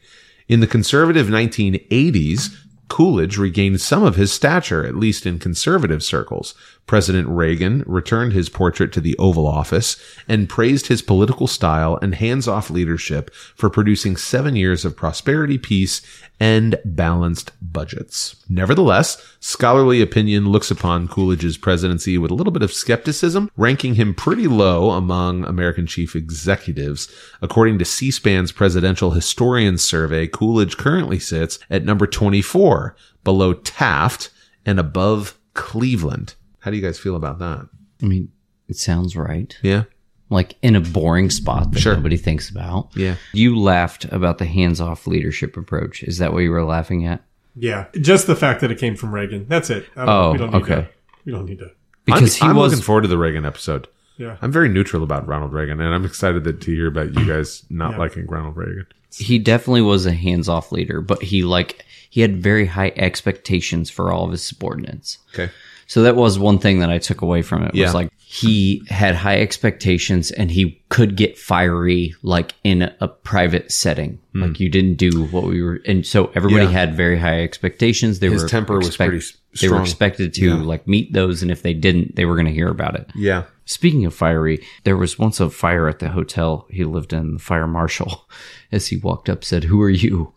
Speaker 1: In the conservative 1980s, Coolidge regained some of his stature, at least in conservative circles. President Reagan returned his portrait to the Oval Office and praised his political style and hands off leadership for producing seven years of prosperity, peace, and balanced budgets. Nevertheless, scholarly opinion looks upon Coolidge's presidency with a little bit of skepticism, ranking him pretty low among American chief executives. According to C SPAN's Presidential Historians Survey, Coolidge currently sits at number 24, below Taft and above Cleveland. How do you guys feel about that?
Speaker 4: I mean, it sounds right.
Speaker 1: Yeah.
Speaker 4: Like in a boring spot that
Speaker 1: Sure.
Speaker 4: nobody thinks about.
Speaker 1: Yeah.
Speaker 4: You laughed about the hands off leadership approach. Is that what you were laughing at?
Speaker 5: Yeah, just the fact that it came from Reagan. That's it. I don't-
Speaker 4: Oh,
Speaker 5: we don't need
Speaker 4: okay.
Speaker 5: To, we don't need to.
Speaker 4: Because
Speaker 1: I'm,
Speaker 4: he
Speaker 1: I'm
Speaker 4: was
Speaker 1: looking forward to the Reagan episode.
Speaker 5: Yeah.
Speaker 1: I'm very neutral about Ronald Reagan, and I'm excited that, to hear about you guys not liking Ronald Reagan.
Speaker 4: he definitely was a hands off leader, but he like he had very high expectations for all of his subordinates.
Speaker 1: Okay.
Speaker 4: So that was one thing that I took away from it
Speaker 1: Yeah.
Speaker 4: was like he had high expectations and he could get fiery like in a private setting. Like you didn't do what we were and so everybody
Speaker 1: Hmm. Yeah.
Speaker 4: had very high expectations. They
Speaker 1: His
Speaker 4: were
Speaker 1: temper was pretty s-
Speaker 4: They were
Speaker 1: strong.
Speaker 4: expected to like meet those and if they didn't, they were going to hear about it.
Speaker 1: Yeah.
Speaker 4: Speaking of fiery, there was once a fire at the hotel he lived in. The fire marshal, as he walked up, said, "Who are you?"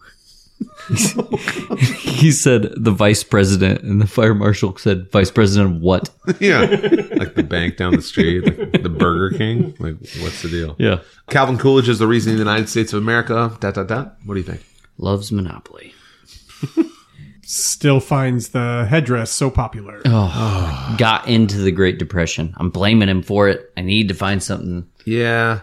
Speaker 4: he said, "The vice president." And the fire marshal said, "Vice president of what?"
Speaker 1: Yeah. like the bank down the street, like the Burger King. Like, what's the deal?
Speaker 4: Yeah,
Speaker 1: Calvin Coolidge is the reason the United States of America. Dot, dot, dot. What do you think?
Speaker 4: loves Monopoly.
Speaker 5: Still finds the headdress so popular.
Speaker 4: Got into the Great Depression. I'm blaming him for it. I need to find something.
Speaker 1: Yeah.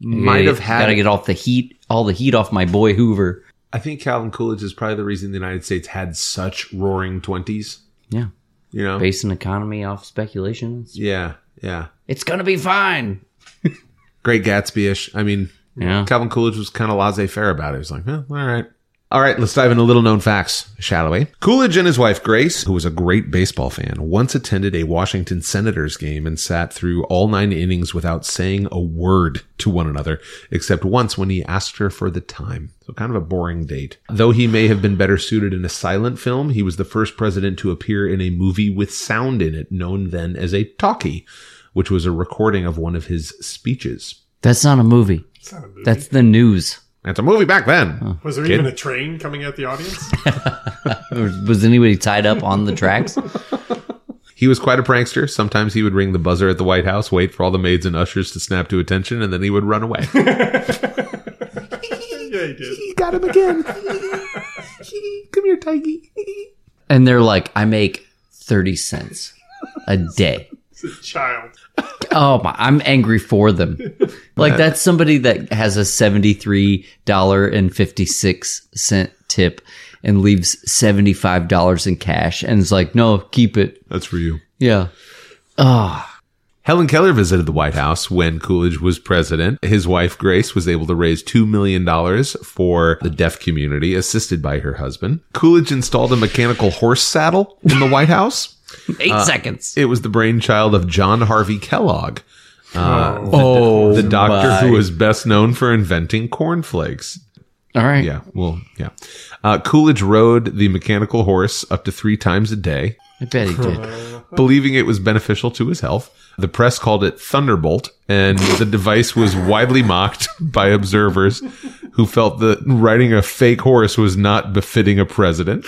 Speaker 1: Might have had.
Speaker 4: Got to get off the heat, all the heat off my boy Hoover.
Speaker 1: I think Calvin Coolidge is probably the reason the United States had such roaring 20s.
Speaker 4: Yeah,
Speaker 1: You know?
Speaker 4: base an economy off speculation. It's-
Speaker 1: Yeah. Yeah.
Speaker 4: It's gonna be fine.
Speaker 1: Great Gatsby ish. I mean,
Speaker 4: Yeah.
Speaker 1: Calvin Coolidge was kind of laissez faire about it. He was like, "Eh, all right. All right, let's dive into little known facts, shall we? Coolidge and his wife, Grace, who was a great baseball fan, once attended a Washington Senators game and sat through all nine innings without saying a word to one another, except once when he asked her for the time. So, kind of a boring date. Though he may have been better suited in a silent film, he was the first president to appear in a movie with sound in it, known then as a talkie, which was a recording of one of his speeches.
Speaker 4: That's not a movie. That's the news.
Speaker 1: That's a movie back then.
Speaker 5: Was there even a train coming at the audience?
Speaker 4: Or was anybody tied up on the tracks?
Speaker 1: He was quite a prankster. Sometimes he would ring the buzzer at the White House, wait for all the maids and ushers to snap to attention, and then he would run away.
Speaker 5: yeah, he did.
Speaker 1: Got him again. Come here, Tiggy.
Speaker 4: And they're like, I make 30 cents a day.
Speaker 5: Child.
Speaker 4: Oh, my, I'm angry for them. Like, that's somebody that has a $73.56 tip and leaves $75 in cash and is like, no, keep it.
Speaker 1: That's for you.
Speaker 4: Yeah.
Speaker 1: Helen Keller visited the White House when Coolidge was president. His wife, Grace, was able to raise $2 million for the deaf community, assisted by her husband. Coolidge installed a mechanical horse saddle in the White House.
Speaker 4: Eight seconds.
Speaker 1: Uh, It was the brainchild of John Harvey Kellogg. Uh, oh, the, doctor who was best known for inventing cornflakes.
Speaker 4: All right.
Speaker 1: Yeah, well, yeah. Uh, Coolidge rode the mechanical horse up to three times a day,
Speaker 4: I bet he did.
Speaker 1: believing it was beneficial to his health. The press called it Thunderbolt, and the device was widely mocked by observers who felt that riding a fake horse was not befitting a president.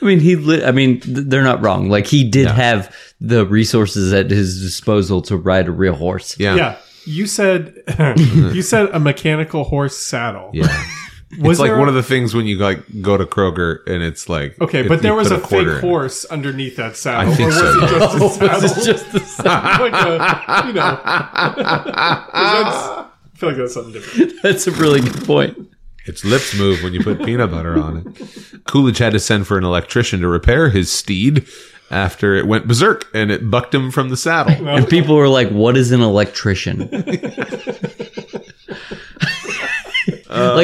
Speaker 4: I mean, he. Li- I mean, th- they're not wrong. Like he did have the resources at his disposal to ride a real horse.
Speaker 1: Yeah.
Speaker 5: Yeah. You said you said a mechanical horse saddle.
Speaker 1: Yeah.
Speaker 5: Was
Speaker 1: It's like
Speaker 5: there-
Speaker 1: one of the things when you like go to Kroger and it's like
Speaker 5: Okay,
Speaker 1: if
Speaker 5: but there
Speaker 1: you
Speaker 5: was
Speaker 1: put
Speaker 5: a
Speaker 1: quarter
Speaker 5: fake
Speaker 1: in it.
Speaker 5: horse underneath that saddle.
Speaker 1: think
Speaker 5: or was
Speaker 1: so,
Speaker 5: it just a saddle?
Speaker 4: Just the same.
Speaker 5: like a, you know. 'Cause that's- I feel like that's something different.
Speaker 4: That's a really good point.
Speaker 1: Its lips move when you put peanut butter on it. Coolidge had to send for an electrician to repair his steed after it went berserk and it bucked him from the saddle.
Speaker 4: And people were like, "What is an electrician?" like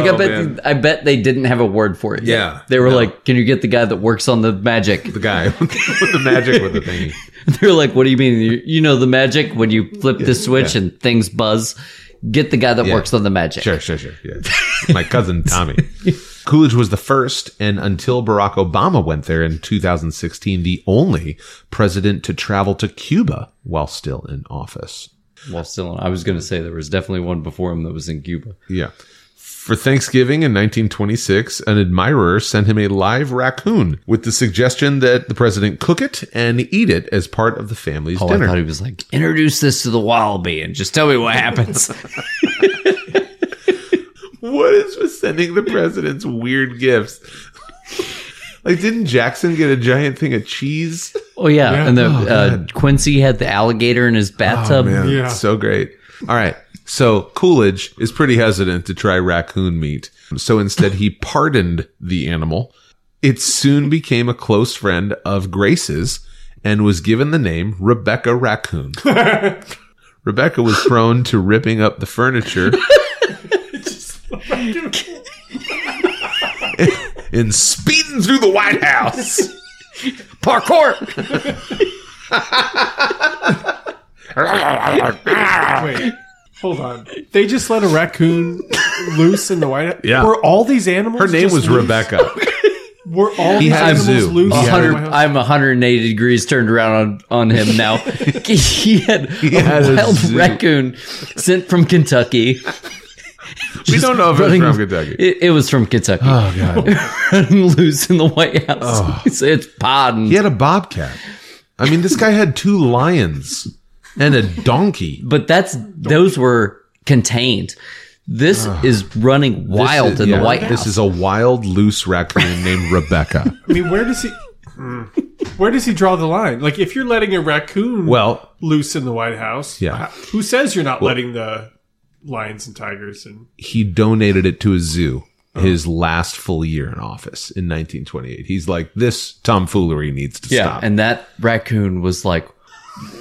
Speaker 4: I bet,
Speaker 1: Oh, man.
Speaker 4: I bet they didn't have a word for it. yet.
Speaker 1: Yeah,
Speaker 4: they were
Speaker 1: no.
Speaker 4: like, "Can you get the guy that works on the magic?"
Speaker 1: The guy with the magic with the thingy.
Speaker 4: They're like, "What do you mean? You, you know the magic when you flip the switch and things buzz." Get the guy that works on the magic.
Speaker 1: Sure, sure, sure. Yeah. My cousin Tommy. Coolidge was the first, and until Barack Obama went there in 2016, the only president to travel to Cuba while still in office.
Speaker 4: Well, still, I was going to say there was definitely one before him that was in Cuba.
Speaker 1: Yeah. For Thanksgiving in 1926, an admirer sent him a live raccoon with the suggestion that the president cook it and eat it as part of the family's
Speaker 4: Oh,
Speaker 1: dinner.
Speaker 4: I thought he was like, introduce this to the wallaby and just tell me what happens.
Speaker 1: what is with sending the president's weird gifts? like, didn't Jackson get a giant thing of cheese?
Speaker 4: oh yeah, and the uh, Quincy had the alligator in his
Speaker 1: Oh,
Speaker 4: bathtub.
Speaker 5: Yeah.
Speaker 1: So great. All right. So Coolidge is pretty hesitant to try raccoon meat. So instead, he pardoned the animal. It soon became a close friend of Grace's and was given the name Rebecca Raccoon. Rebecca was prone to ripping up the furniture. and speeding through the White House.
Speaker 4: Parkour.
Speaker 5: Wait, hold on. They just let a raccoon loose in the White House.
Speaker 1: Yeah.
Speaker 5: Were all these animals?
Speaker 1: Her name
Speaker 5: just
Speaker 1: was
Speaker 5: loose?
Speaker 1: Rebecca.
Speaker 5: Were all these
Speaker 1: had a
Speaker 5: animals
Speaker 1: zoo.
Speaker 5: loose?
Speaker 1: He
Speaker 5: in the
Speaker 1: had a-
Speaker 4: 100,
Speaker 5: White House?
Speaker 4: I'm 180 degrees turned around on, on him now. he had a
Speaker 1: had a
Speaker 4: wild
Speaker 1: zoo.
Speaker 4: raccoon sent from Kentucky.
Speaker 1: we don't know if it was
Speaker 4: running-
Speaker 1: from Kentucky.
Speaker 4: It, it was from Kentucky.
Speaker 1: Ah.
Speaker 4: Oh god, loose in the White House. It's, it's podding.
Speaker 1: He had a bobcat. I mean, this guy had two lions and a donkey.
Speaker 4: but that's those were contained. This is running wild
Speaker 1: Ah. This is-
Speaker 4: in
Speaker 1: yeah,
Speaker 4: the White House.
Speaker 1: This is a wild, loose raccoon named Rebecca.
Speaker 5: I mean, where does he? Mm. Where does he draw the line? Like, if you're letting a raccoon
Speaker 1: Well,
Speaker 5: loose in the White House,
Speaker 1: Yeah.
Speaker 5: h- who says you're not letting the lions and tigers and
Speaker 1: he donated it to a zoo his last full year in office in 1928. He's like, this tomfoolery needs to
Speaker 4: yeah,
Speaker 1: stop.
Speaker 4: and that raccoon was like,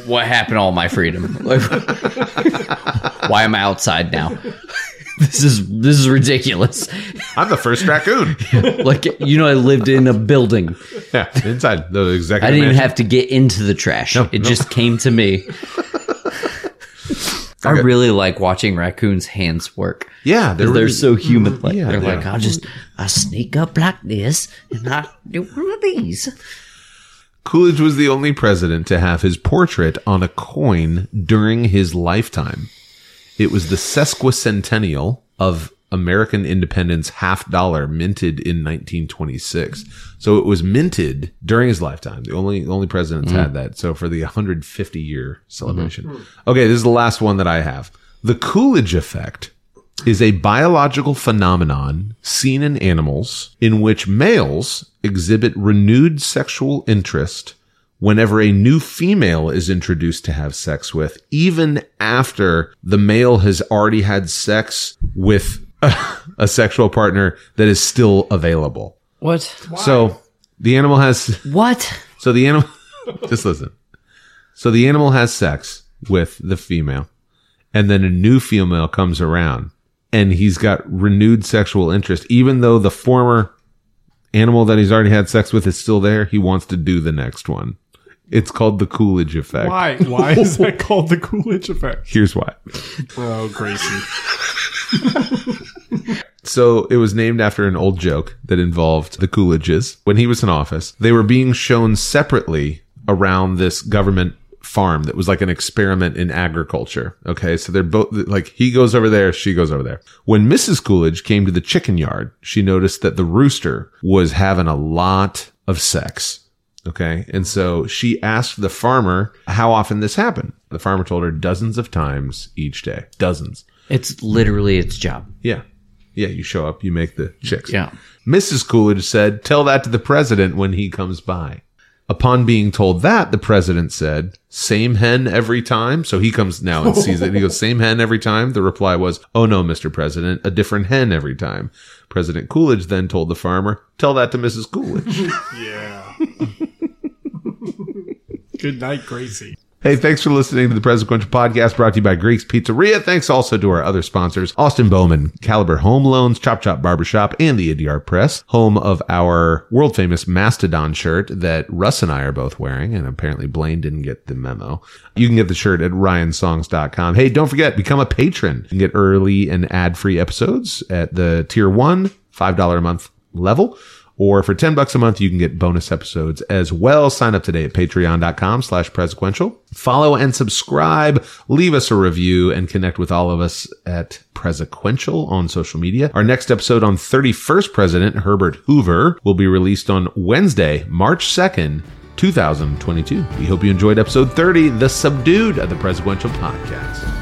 Speaker 4: "What happened to all my freedom? Like, why am I outside now? this is this is ridiculous.
Speaker 1: I'm the first raccoon.
Speaker 4: Like, you know, I lived in a building.
Speaker 1: yeah, inside the executive.
Speaker 4: I didn't even
Speaker 1: mansion.
Speaker 4: have to get into the trash. it
Speaker 1: no.
Speaker 4: just came to me." I really like watching raccoons' hands work.
Speaker 1: Yeah, they're,
Speaker 4: They're
Speaker 1: really- Mm,
Speaker 4: so human. Like
Speaker 1: yeah,
Speaker 4: they're
Speaker 1: they
Speaker 4: like,
Speaker 1: are.
Speaker 4: I'll just I sneak up like this and I do one of these.
Speaker 1: Coolidge was the only president to have his portrait on a coin during his lifetime. It was the sesquicentennial of American independence half dollar minted in 1926. So it was minted during his lifetime. The only the only presidents had that. So for the 150 year celebration. Okay, this is the last one that I have. The Coolidge effect is a biological phenomenon seen in animals in which males exhibit renewed sexual interest whenever a new female is introduced to have sex with, even after the male has already had sex with a, sexual partner that is still available.
Speaker 4: What?
Speaker 1: So the animal has
Speaker 4: What?
Speaker 1: so the animal, just listen. So the animal has sex with the female, and then a new female comes around, and he's got renewed sexual interest, even though the former animal that he's already had sex with is still there. He wants to do the next one. It's called the Coolidge effect.
Speaker 5: why? Why is that called the Coolidge effect?
Speaker 1: Here's why.
Speaker 5: Oh, Gracie.
Speaker 1: So it was named after an old joke that involved the Coolidges. When he was in office, they were being shown separately around this government farm that was like an experiment in agriculture. Okay. So they're both like he goes over there, she goes over there. When Mrs. Coolidge came to the chicken yard, she noticed that the rooster was having a lot of sex. Okay. And so she asked the farmer how often this happened. The farmer told her dozens of times each day. Dozens.
Speaker 4: It's literally its job.
Speaker 1: Yeah. Yeah, you show up, you make the chicks.
Speaker 4: Yeah.
Speaker 1: Mrs. Coolidge said, Tell that to the president when he comes by. Upon being told that, the president said, Same hen every time. So he comes now and sees it. He goes, Same hen every time. The reply was, Oh no, Mr. President, a different hen every time. President Coolidge then told the farmer, Tell that to Mrs. Coolidge.
Speaker 5: Yeah. Good night, Gracie.
Speaker 1: hey, thanks for listening to the Presequential Podcast brought to you by Greeks Pizzeria. Thanks also to our other sponsors, Austin Bowman, Caliber Home Loans, Chop Chop Barbershop, and the ADR Press, home of our world famous Mastodon shirt that Russ and I are both wearing, and apparently Blaine didn't get the memo. You can get the shirt at ryansongs.com. Hey, don't forget, become a patron. You can get early and ad free episodes at the tier one, $5 a month level. Or for 10 bucks a month, you can get bonus episodes as well. Sign up today at patreon.com slash presequential. Follow and subscribe. Leave us a review and connect with all of us at Presequential on social media. Our next episode on 31st President Herbert Hoover will be released on Wednesday, March 2nd, 2022. We hope you enjoyed episode 30, The Subdued of the Presequential Podcast.